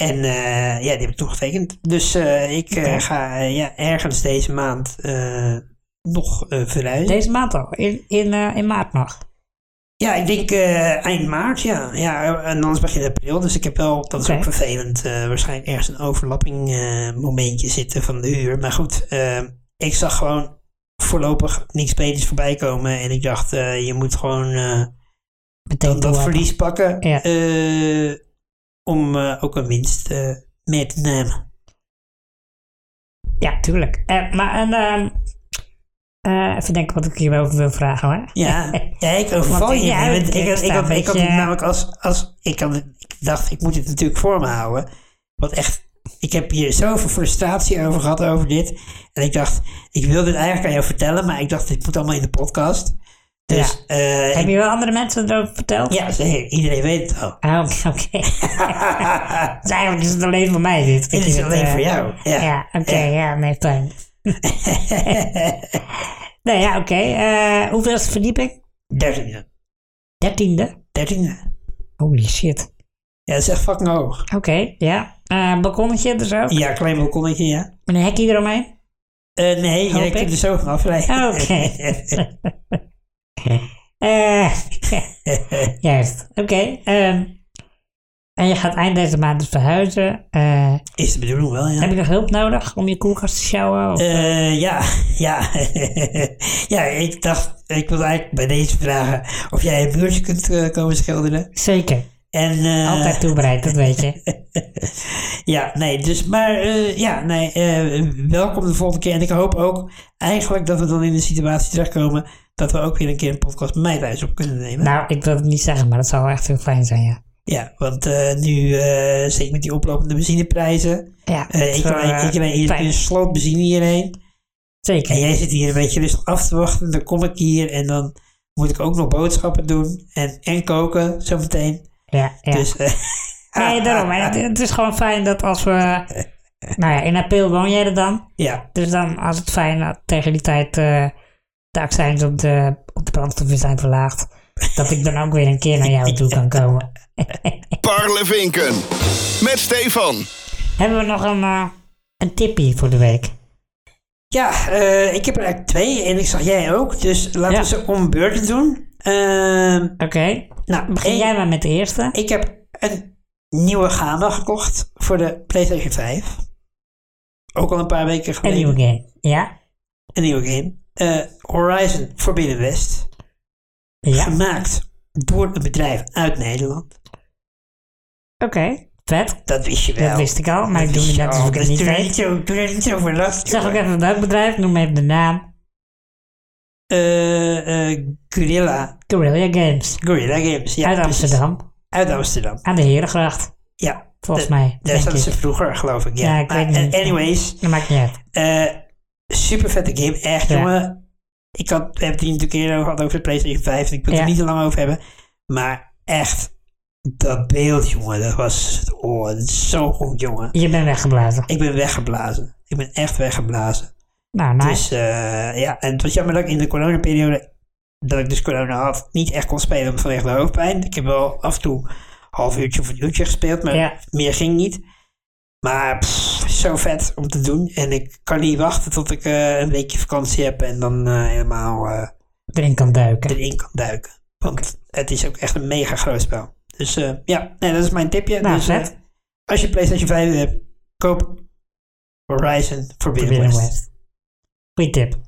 [SPEAKER 2] En eh, ja, die heb ik toen getekend. Dus eh, ik eh,
[SPEAKER 1] Oké.
[SPEAKER 2] ga eh, ja, ergens deze maand eh, nog eh verhuizen.
[SPEAKER 1] Deze maand al, in, in, eh, in maart nog.
[SPEAKER 2] Ja, ik denk eh, eind maart, ja. ja. En anders begin april, dus ik heb wel, dat is
[SPEAKER 1] Oké.
[SPEAKER 2] ook vervelend, eh, waarschijnlijk ergens een overlapping eh, momentje zitten van de huur. Maar goed, eh, ik zag gewoon voorlopig niks beters voorbij komen. En ik dacht, eh, je moet gewoon eh,
[SPEAKER 1] Meteen
[SPEAKER 2] dan dat
[SPEAKER 1] door.
[SPEAKER 2] verlies pakken
[SPEAKER 1] Ja.
[SPEAKER 2] eh, om eh, ook een winst eh, mee te nemen.
[SPEAKER 1] Ja, tuurlijk. Eh, maar en, ehm, eh, even denken wat ik hierover wil vragen hoor.
[SPEAKER 2] [laughs] Ja, ja ik overval
[SPEAKER 1] Want,
[SPEAKER 2] je.
[SPEAKER 1] ja,
[SPEAKER 2] hè, want
[SPEAKER 1] ik-
[SPEAKER 2] ik,
[SPEAKER 1] ik
[SPEAKER 2] had, ik,
[SPEAKER 1] sta
[SPEAKER 2] had,
[SPEAKER 1] een
[SPEAKER 2] ik had
[SPEAKER 1] beetje-
[SPEAKER 2] het namelijk als, als ik, had, ik dacht, ik moet het natuurlijk voor me houden. Want echt, ik heb hier zoveel frustratie over gehad over dit. En ik dacht, ik wil dit eigenlijk aan jou vertellen, maar ik dacht, dit moet allemaal in de podcast. Dus, eh,
[SPEAKER 1] Heb
[SPEAKER 2] ik-
[SPEAKER 1] je wel andere mensen erover verteld?
[SPEAKER 2] ja, zeker, iedereen weet het al.
[SPEAKER 1] Ah, Oké, [laughs] oké.
[SPEAKER 2] [laughs]
[SPEAKER 1] dus eigenlijk is het alleen voor mij dit.
[SPEAKER 2] Dit
[SPEAKER 1] dat
[SPEAKER 2] is
[SPEAKER 1] je dit,
[SPEAKER 2] alleen
[SPEAKER 1] eh,
[SPEAKER 2] voor jou. Ja.
[SPEAKER 1] Ja, oké, ja, nee,
[SPEAKER 2] [laughs]
[SPEAKER 1] fijn. nee, ja, oké. Eh hoeveel is de verdieping?
[SPEAKER 2] Dertiende.
[SPEAKER 1] Dertiende?
[SPEAKER 2] Dertiende.
[SPEAKER 1] Holy shit.
[SPEAKER 2] Ja, dat is echt fucking hoog.
[SPEAKER 1] Oké, ja. Eh balkonnetje er zo?
[SPEAKER 2] Ja, klein balkonnetje, ja.
[SPEAKER 1] Met een hekje eromheen?
[SPEAKER 2] Eh, nee,
[SPEAKER 1] Hoop
[SPEAKER 2] ja, ik Oh,
[SPEAKER 1] ik.
[SPEAKER 2] heb er zo van afleiden.
[SPEAKER 1] Oké. Eh, [laughs] juist, oké. ehm, en je gaat eind deze maand dus verhuizen. Eh,
[SPEAKER 2] [laughs] is de bedoeling wel, ja.
[SPEAKER 1] Heb je nog hulp nodig om je koelkast te sjouwen? Of-
[SPEAKER 2] Eh, ja, [laughs] ja. ja, ik dacht, ik wil eigenlijk bij deze vragen of jij een muurtje kunt eh, komen schilderen.
[SPEAKER 1] Zeker.
[SPEAKER 2] En, eh,
[SPEAKER 1] Altijd toebereid, dat weet je.
[SPEAKER 2] [laughs] Ja, nee, dus, maar eh, ja, nee, eh, welkom de volgende keer. En ik hoop ook eigenlijk dat we dan in de situatie terechtkomen dat we ook weer een keer een podcast met mij thuis op kunnen nemen.
[SPEAKER 1] Nou, ik wil het niet zeggen, maar dat zou wel echt heel fijn zijn, ja.
[SPEAKER 2] Ja, want eh, nu, eh zeker met die oplopende benzineprijzen,
[SPEAKER 1] Ja,
[SPEAKER 2] eh, ik
[SPEAKER 1] dat is wel,
[SPEAKER 2] rijd- ik
[SPEAKER 1] eh,
[SPEAKER 2] rijd hier
[SPEAKER 1] fijn.
[SPEAKER 2] in een sloot benzine hierheen.
[SPEAKER 1] Zeker.
[SPEAKER 2] En jij zit hier een beetje rustig af te wachten. Dan kom ik hier en dan moet ik ook nog boodschappen doen. En, en koken zometeen.
[SPEAKER 1] Ja, ja.
[SPEAKER 2] Dus eh, [laughs]
[SPEAKER 1] nee, daarom. hè. Het, het is gewoon fijn dat als we...
[SPEAKER 2] [laughs]
[SPEAKER 1] Nou ja, in april woon jij er dan.
[SPEAKER 2] ja,
[SPEAKER 1] Dus dan als het fijn dat tegen die tijd eh, de accijns op de, op de brandstof weer zijn verlaagd.
[SPEAKER 2] [laughs]
[SPEAKER 1] Dat ik dan ook weer een keer naar jou toe kan komen.
[SPEAKER 4] Parlevinken. Met Stefan.
[SPEAKER 1] Hebben we nog een, eh, een tipje voor de week?
[SPEAKER 2] ja eh, ik heb er eigenlijk twee. En ik zag jij ook. Dus laten
[SPEAKER 1] Ja.
[SPEAKER 2] we ze om beurten doen. Ehm,
[SPEAKER 1] Oké,
[SPEAKER 2] nou,
[SPEAKER 1] begin
[SPEAKER 2] één-
[SPEAKER 1] jij maar met de eerste.
[SPEAKER 2] Ik heb een nieuwe gamma gekocht voor de PlayStation 5. Ook al een paar weken
[SPEAKER 1] Een
[SPEAKER 2] geleden.
[SPEAKER 1] nieuwe game. Ja?
[SPEAKER 2] Een nieuwe game. Eh, Horizon Forbidden West.
[SPEAKER 1] Ja.
[SPEAKER 2] Gemaakt door een bedrijf uit Nederland.
[SPEAKER 1] Oké, vet.
[SPEAKER 2] Dat wist je wel.
[SPEAKER 1] Dat wist ik al, maar ik doe
[SPEAKER 2] wist
[SPEAKER 1] niet
[SPEAKER 2] je
[SPEAKER 1] net
[SPEAKER 2] al.
[SPEAKER 1] alsof ik het
[SPEAKER 2] Dus
[SPEAKER 1] niet
[SPEAKER 2] doe er
[SPEAKER 1] weet.
[SPEAKER 2] niet zo- Doe er niet zo voor last.
[SPEAKER 1] Zeg ook even welk bedrijf, noem even de naam.
[SPEAKER 2] Eh, eh, Guerrilla.
[SPEAKER 1] Guerrilla Games.
[SPEAKER 2] Guerrilla Games. Ja,
[SPEAKER 1] uit
[SPEAKER 2] precies.
[SPEAKER 1] Amsterdam,
[SPEAKER 2] Uit Amsterdam.
[SPEAKER 1] aan de Herengracht.
[SPEAKER 2] Ja.
[SPEAKER 1] Volgens mij.
[SPEAKER 2] Ja, dat
[SPEAKER 1] denk
[SPEAKER 2] ze
[SPEAKER 1] ik.
[SPEAKER 2] vroeger, geloof ik. Ja,
[SPEAKER 1] Ja, ik
[SPEAKER 2] Maar,
[SPEAKER 1] weet niet.
[SPEAKER 2] eh, Anyways,
[SPEAKER 1] Dat maakt niet uit.
[SPEAKER 2] eh, super vette game. Echt,
[SPEAKER 1] Ja.
[SPEAKER 2] jongen. Ik had, heb het hier natuurlijk eerder gehad over de PlayStation 5. En ik wil het
[SPEAKER 1] Ja.
[SPEAKER 2] er niet te lang over hebben. Maar echt, dat beeld, jongen. Dat was oh, dat is zo goed, jongen.
[SPEAKER 1] Je bent weggeblazen.
[SPEAKER 2] Ik ben weggeblazen. Ik ben echt weggeblazen.
[SPEAKER 1] Nou, nice.
[SPEAKER 2] Dus eh, ja, en het was jammer dat ik in de coronaperiode, dat ik dus corona had, niet echt kon spelen vanwege de hoofdpijn. Ik heb wel af en toe een half uurtje of een uurtje gespeeld, maar
[SPEAKER 1] Ja.
[SPEAKER 2] meer ging niet. Maar pff, zo vet om te doen. En ik kan niet wachten tot ik eh, een weekje vakantie heb en dan eh, helemaal eh,
[SPEAKER 1] erin kan duiken.
[SPEAKER 2] erin kan duiken. Want het is ook echt een mega groot spel. Dus eh, ja, nee, dat is mijn tipje.
[SPEAKER 1] Nou,
[SPEAKER 2] dus,
[SPEAKER 1] vet.
[SPEAKER 2] eh, als je PlayStation 5 hebt, koop Horizon Forbidden,
[SPEAKER 1] Forbidden
[SPEAKER 2] West.
[SPEAKER 1] West. Goeie tip.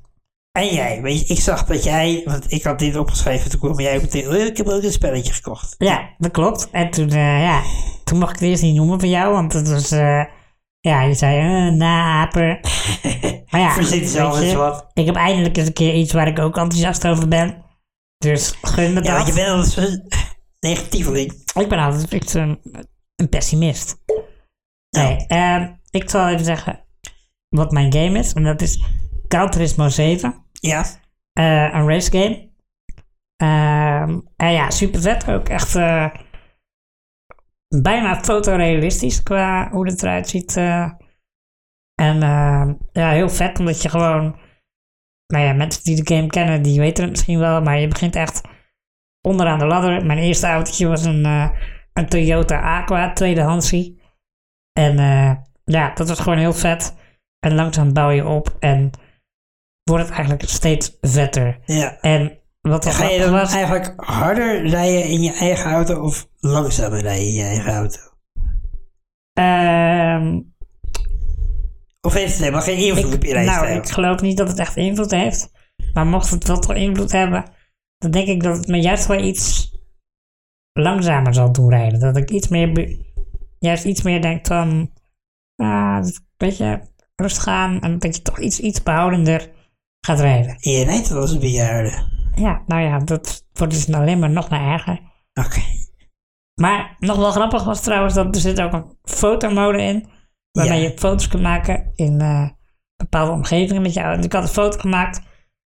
[SPEAKER 2] En jij, weet je, ik zag dat jij, want ik had dit opgeschreven, toen kwam jij ook meteen, "Oh, ik heb ook een spelletje gekocht.
[SPEAKER 1] Ja, dat klopt. En toen, eh, ja, toen mocht ik het eerst niet noemen van jou, want het was, eh, ja, je zei, eh,
[SPEAKER 2] [laughs]
[SPEAKER 1] naaper. maar ja,
[SPEAKER 2] Verzin
[SPEAKER 1] weet
[SPEAKER 2] zelf eens
[SPEAKER 1] je,
[SPEAKER 2] wat.
[SPEAKER 1] ik heb eindelijk eens een keer iets waar ik ook enthousiast over ben. Dus gun me
[SPEAKER 2] Ja,
[SPEAKER 1] dat.
[SPEAKER 2] want je bent altijd zo'n negatieveling.
[SPEAKER 1] Ik ben altijd echt zo'n een pessimist. Nee, ehm, ik zal even zeggen wat mijn game is. En dat is Gran Turismo 7.
[SPEAKER 2] Ja,
[SPEAKER 1] eh, een race game. Ehm, en ja, super vet ook. Echt eh, bijna fotorealistisch qua hoe het eruit ziet. eh. En ehm, ja, heel vet omdat je gewoon... Nou ja, mensen die de game kennen, die weten het misschien wel. Maar je begint echt onderaan de ladder. Mijn eerste autootje was een, eh, een Toyota Aqua, tweedehandsie. En eh, ja, dat was gewoon heel vet. En langzaam bouw je op en wordt het eigenlijk steeds vetter.
[SPEAKER 2] ja.
[SPEAKER 1] En wat er
[SPEAKER 2] Ga je dan
[SPEAKER 1] was,
[SPEAKER 2] eigenlijk harder rijden in je eigen auto of langzamer rijden in je eigen auto?
[SPEAKER 1] ehm,
[SPEAKER 2] Of heeft het helemaal geen invloed op je
[SPEAKER 1] ik, nou,
[SPEAKER 2] rijstijl?
[SPEAKER 1] ik geloof niet dat het echt invloed heeft. Maar mocht het wel toch invloed hebben, dan denk ik dat het me juist wel iets langzamer zal doen rijden. Dat ik iets meer, be- juist iets meer denk van, ah, een beetje rustig aan en dat je toch iets, iets behoudender gaat rijden.
[SPEAKER 2] En Je rijdt wel als een bejaarde.
[SPEAKER 1] Ja, nou ja, dat wordt dus alleen maar nog maar erger.
[SPEAKER 2] Oké.
[SPEAKER 1] Maar nog wel grappig was trouwens dat er zit ook een fotomode in. Waarmee
[SPEAKER 2] Ja.
[SPEAKER 1] je foto's kunt maken in eh, bepaalde omgevingen met je auto. Dus ik had een foto gemaakt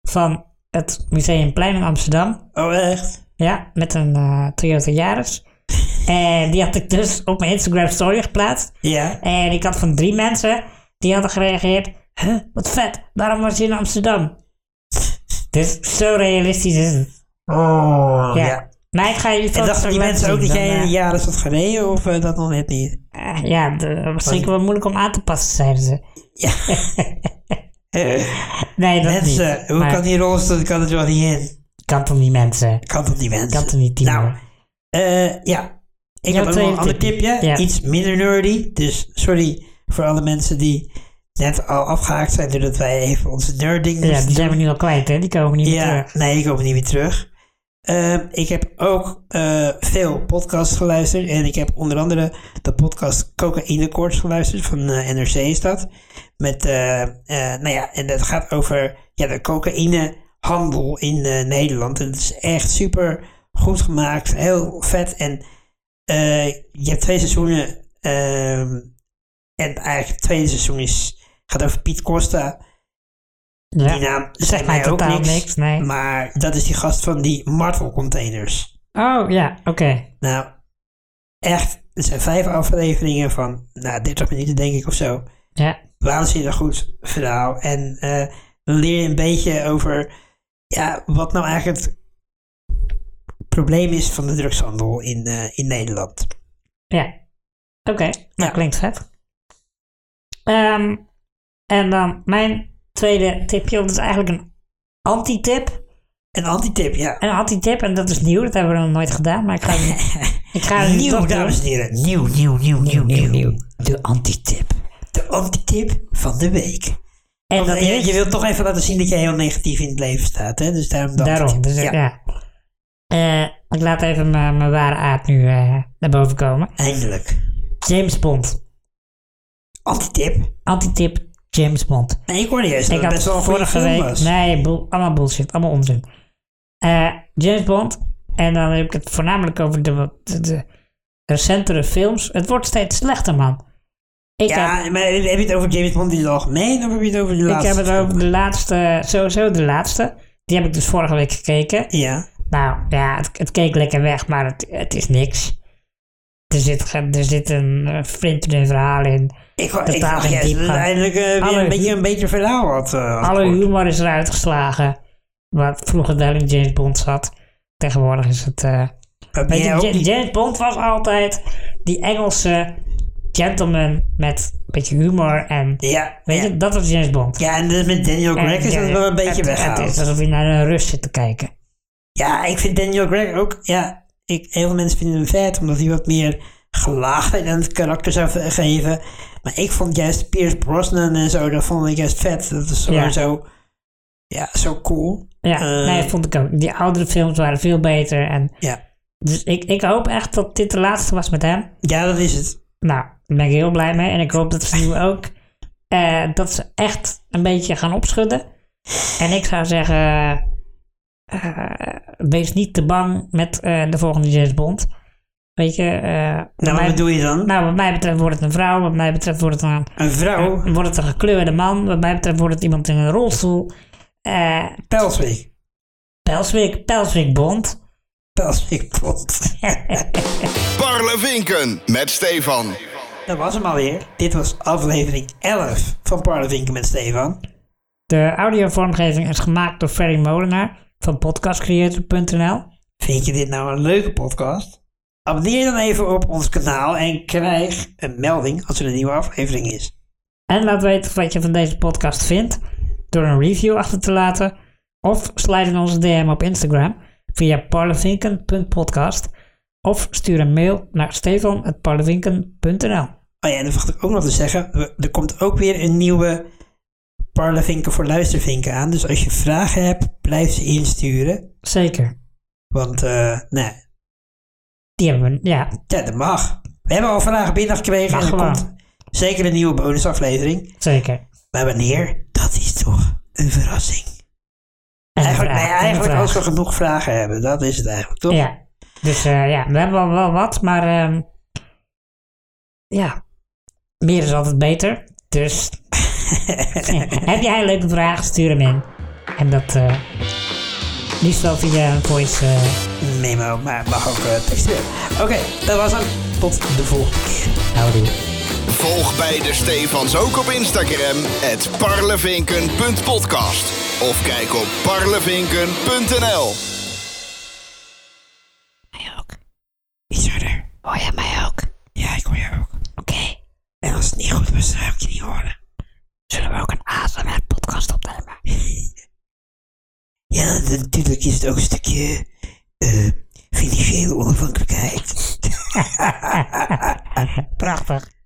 [SPEAKER 1] van het Museumplein in Amsterdam.
[SPEAKER 2] Oh, echt?
[SPEAKER 1] Ja, met een eh, Toyota
[SPEAKER 2] [laughs]
[SPEAKER 1] Yaris. en die had ik dus op mijn Instagram story geplaatst.
[SPEAKER 2] Ja.
[SPEAKER 1] En ik had van drie mensen die hadden gereageerd. Huh, wat vet, waarom was je in
[SPEAKER 2] [laughs]
[SPEAKER 1] Amsterdam? Dus zo realistisch is het.
[SPEAKER 2] Oh, ja.
[SPEAKER 1] Ja. Maar ik ga jullie
[SPEAKER 2] En
[SPEAKER 1] foto's
[SPEAKER 2] dachten die
[SPEAKER 1] laten
[SPEAKER 2] mensen ook
[SPEAKER 1] zien,
[SPEAKER 2] dat jij
[SPEAKER 1] dan,
[SPEAKER 2] in
[SPEAKER 1] eh,
[SPEAKER 2] de jaren zat gereden of eh, dat nog net niet?
[SPEAKER 1] Eh, ja, de- dat was zeker wel moeilijk om aan te passen, zeiden ze.
[SPEAKER 2] Eh,
[SPEAKER 1] Nee, dat
[SPEAKER 2] mensen,
[SPEAKER 1] niet.
[SPEAKER 2] hoe
[SPEAKER 1] Maar
[SPEAKER 2] kan die rolstoel, kan het wel niet in?
[SPEAKER 1] kan toch niet mensen?
[SPEAKER 2] Kan dat niet, mensen?
[SPEAKER 1] Kan toch niet, Timo?
[SPEAKER 2] Nou, Eh, ja.
[SPEAKER 1] Jouw
[SPEAKER 2] Ik heb ook nog
[SPEAKER 1] tweede
[SPEAKER 2] een ander
[SPEAKER 1] tipje.
[SPEAKER 2] tipje.
[SPEAKER 1] Ja.
[SPEAKER 2] Iets minder nerdy. Dus sorry voor alle mensen die net al afgehaakt zijn doordat wij even onze nerding
[SPEAKER 1] ja,
[SPEAKER 2] moesten
[SPEAKER 1] die zijn we
[SPEAKER 2] dus doen.
[SPEAKER 1] nu al kwijt, hè? Die komen niet meer
[SPEAKER 2] ja,
[SPEAKER 1] terug.
[SPEAKER 2] nee, ik kom niet meer terug. Ehm, ik heb ook eh, veel podcasts geluisterd. En ik heb onder andere de podcast Cocaïne Courts geluisterd. Van eh, NRC is dat. Met, eh, eh, nou ja, en dat gaat over ja, de cocaïnehandel in eh, Nederland. En het is echt super goed gemaakt. Heel vet. En eh, je hebt twee seizoenen. ehm, en eigenlijk het tweede seizoen is, gaat over Piet Costa.
[SPEAKER 1] Ja.
[SPEAKER 2] Die naam zegt
[SPEAKER 1] mij
[SPEAKER 2] mij ook
[SPEAKER 1] totaal
[SPEAKER 2] niks.
[SPEAKER 1] niks, nee.
[SPEAKER 2] Maar dat is die gast van die Marvel containers.
[SPEAKER 1] Oh, ja, oké.
[SPEAKER 2] Nou, echt. Er zijn vijf afleveringen van nou, 30 minuten denk ik of zo.
[SPEAKER 1] Ja.
[SPEAKER 2] Waanzinnig goed verhaal. En eh, dan leer je een beetje over ja, wat nou eigenlijk het probleem is van de drugshandel in, eh, in Nederland.
[SPEAKER 1] Ja. Oké, dat klinkt vet. Ehm, en dan mijn tweede tipje, want dat is eigenlijk een anti-tip.
[SPEAKER 2] Een antitip, ja.
[SPEAKER 1] Een anti-tip, en dat is nieuw, dat hebben we nog nooit gedaan, maar ik ga
[SPEAKER 2] [laughs]
[SPEAKER 1] het ik ga het nu
[SPEAKER 2] Nieuw,
[SPEAKER 1] toch doen.
[SPEAKER 2] dames en heren. Nieuw, nieuw, nieuw, nieuw, nieuw. De antitip. De antitip van de week.
[SPEAKER 1] En
[SPEAKER 2] Want
[SPEAKER 1] dat
[SPEAKER 2] je,
[SPEAKER 1] is...
[SPEAKER 2] je wilt toch even laten zien dat jij heel negatief in het leven staat, hè? Dus daarom dat.
[SPEAKER 1] Daarom, dus ja. Eh, ik laat even mijn mijn ware aard nu eh, naar boven komen.
[SPEAKER 2] Eindelijk.
[SPEAKER 1] James Bond.
[SPEAKER 2] Antitip.
[SPEAKER 1] Antitip James Bond.
[SPEAKER 2] Nee, ik hoorde juist dat het best wel een Eh, goede film was.
[SPEAKER 1] Nee, boel- allemaal bullshit. Allemaal onzin. Eh, James Bond. En dan heb ik het voornamelijk over de, de, de recentere films. Het wordt steeds slechter, man. Ik, heb,
[SPEAKER 2] Ja, maar heb je het over James Bond in het algemeen of heb je het over de
[SPEAKER 1] ik
[SPEAKER 2] laatste?
[SPEAKER 1] heb het
[SPEAKER 2] film?
[SPEAKER 1] over de laatste, sowieso de laatste. Die heb ik dus vorige week gekeken.
[SPEAKER 2] Ja.
[SPEAKER 1] Nou ja, het, het keek lekker weg, maar het, het is niks. Er zit, ge- er zit een eh, flinterdun verhaal in.
[SPEAKER 2] Ik, ik
[SPEAKER 1] Totaal
[SPEAKER 2] dacht
[SPEAKER 1] geen
[SPEAKER 2] juist dat het
[SPEAKER 1] diepgang.
[SPEAKER 2] eindelijk eh, weer
[SPEAKER 1] Alle-
[SPEAKER 2] een beetje een beter verhaal had. eh, had
[SPEAKER 1] Alle
[SPEAKER 2] gehoord.
[SPEAKER 1] humor is eruit geslagen. Wat vroeger wel in James Bond zat. Tegenwoordig is het... eh,
[SPEAKER 2] Maar ben
[SPEAKER 1] Weet je,
[SPEAKER 2] jij ook
[SPEAKER 1] Ja-
[SPEAKER 2] niet-
[SPEAKER 1] James Bond was altijd die Engelse gentleman met een beetje humor en...
[SPEAKER 2] Ja,
[SPEAKER 1] Weet
[SPEAKER 2] ja.
[SPEAKER 1] je, dat was James Bond.
[SPEAKER 2] Ja, en dat met Daniel
[SPEAKER 1] En
[SPEAKER 2] Craig is dat
[SPEAKER 1] James-
[SPEAKER 2] wel een beetje
[SPEAKER 1] het-
[SPEAKER 2] weggehaald.
[SPEAKER 1] Het is alsof je naar een Rus zit te kijken.
[SPEAKER 2] Ja, ik vind Daniel Craig ook... Ja, ik, heel veel mensen vinden hem vet, omdat hij wat meer gelaagdheid aan het karakter zou ve- geven. Maar ik vond juist Pierce Brosnan en zo, dat vond ik juist vet. Dat is gewoon
[SPEAKER 1] Ja.
[SPEAKER 2] zo... Ja, zo cool.
[SPEAKER 1] Ja,
[SPEAKER 2] Eh.
[SPEAKER 1] nee, vond ik ook. Die oudere films waren veel beter. En
[SPEAKER 2] Ja,
[SPEAKER 1] dus ik, ik hoop echt dat dit de laatste was met hem.
[SPEAKER 2] ja dat is het.
[SPEAKER 1] Nou, daar ben ik heel blij mee. En ik hoop dat ze nu ook eh, dat ze echt een beetje gaan opschudden. En ik zou zeggen, eh, wees niet te bang met eh, de volgende James Bond. Weet je, eh, bij
[SPEAKER 2] Nou, wat
[SPEAKER 1] mij-
[SPEAKER 2] bedoel je dan?
[SPEAKER 1] nou, wat mij betreft wordt het een vrouw, wat mij betreft wordt het een,
[SPEAKER 2] Een vrouw?
[SPEAKER 1] wordt het een gekleurde man, wat mij betreft wordt het iemand in een rolstoel. Eh
[SPEAKER 2] Pelsweek.
[SPEAKER 1] Pelswick, Pelswick Bond.
[SPEAKER 2] Pelsweek Bond.
[SPEAKER 4] Parlevinken met Stefan.
[SPEAKER 2] Dat was hem alweer. Dit was aflevering 11 van Parlevinken met Stefan.
[SPEAKER 1] De audiovormgeving is gemaakt door Ferry Molenaar van podcastcreator.nl.
[SPEAKER 2] Vind je dit nou een leuke podcast? Abonneer dan even op ons kanaal en krijg een melding als er een nieuwe aflevering is.
[SPEAKER 1] En laat weten wat je van deze podcast vindt door een review achter te laten of slijt in onze DM op Instagram via parlevinken.podcast of stuur een mail naar stefan.parlevinken.nl
[SPEAKER 2] Oh ja, en dan vergat ik ook nog te zeggen, we- er komt ook weer een nieuwe Parlevinken voor Luistervinken aan. Dus als je vragen hebt, blijf ze insturen.
[SPEAKER 1] Zeker.
[SPEAKER 2] Want, eh, nou,
[SPEAKER 1] Die hebben we, ja,
[SPEAKER 2] ja, dat mag. We hebben al vragen binnengekregen
[SPEAKER 1] Mag
[SPEAKER 2] en er
[SPEAKER 1] gewoon.
[SPEAKER 2] komt zeker een nieuwe bonusaflevering.
[SPEAKER 1] zeker.
[SPEAKER 2] Maar wanneer? Dat is toch een verrassing.
[SPEAKER 1] En een
[SPEAKER 2] Eigenlijk, nee,
[SPEAKER 1] vraag, en
[SPEAKER 2] eigenlijk
[SPEAKER 1] een
[SPEAKER 2] als we
[SPEAKER 1] vraag.
[SPEAKER 2] genoeg vragen hebben, dat is het eigenlijk, toch?
[SPEAKER 1] Ja, dus eh, ja, we hebben al wel wat, maar ehm, ja, meer is altijd beter. Dus [laughs] heb jij een leuke vraag, stuur hem in. En dat eh liefst wel via een voice... eh,
[SPEAKER 2] Memo, maar mag ook eh, textueel. Oké, dat was hem. Tot de volgende keer.
[SPEAKER 1] Howdy.
[SPEAKER 4] Volg beide Stefans ook op Instagram. Het parlevinken.podcast. Of kijk op parlevinken.nl.
[SPEAKER 2] Iets harder. Hoor jij mij ook? Ja, ik hoor jou ook. Oké. En als het niet goed was, dan heb ik je niet horen. Zullen we ook een ASMR-podcast opnemen? ja, natuurlijk is het ook een stukje eh, [laughs] financiële onafhankelijkheid.
[SPEAKER 1] Prachtig.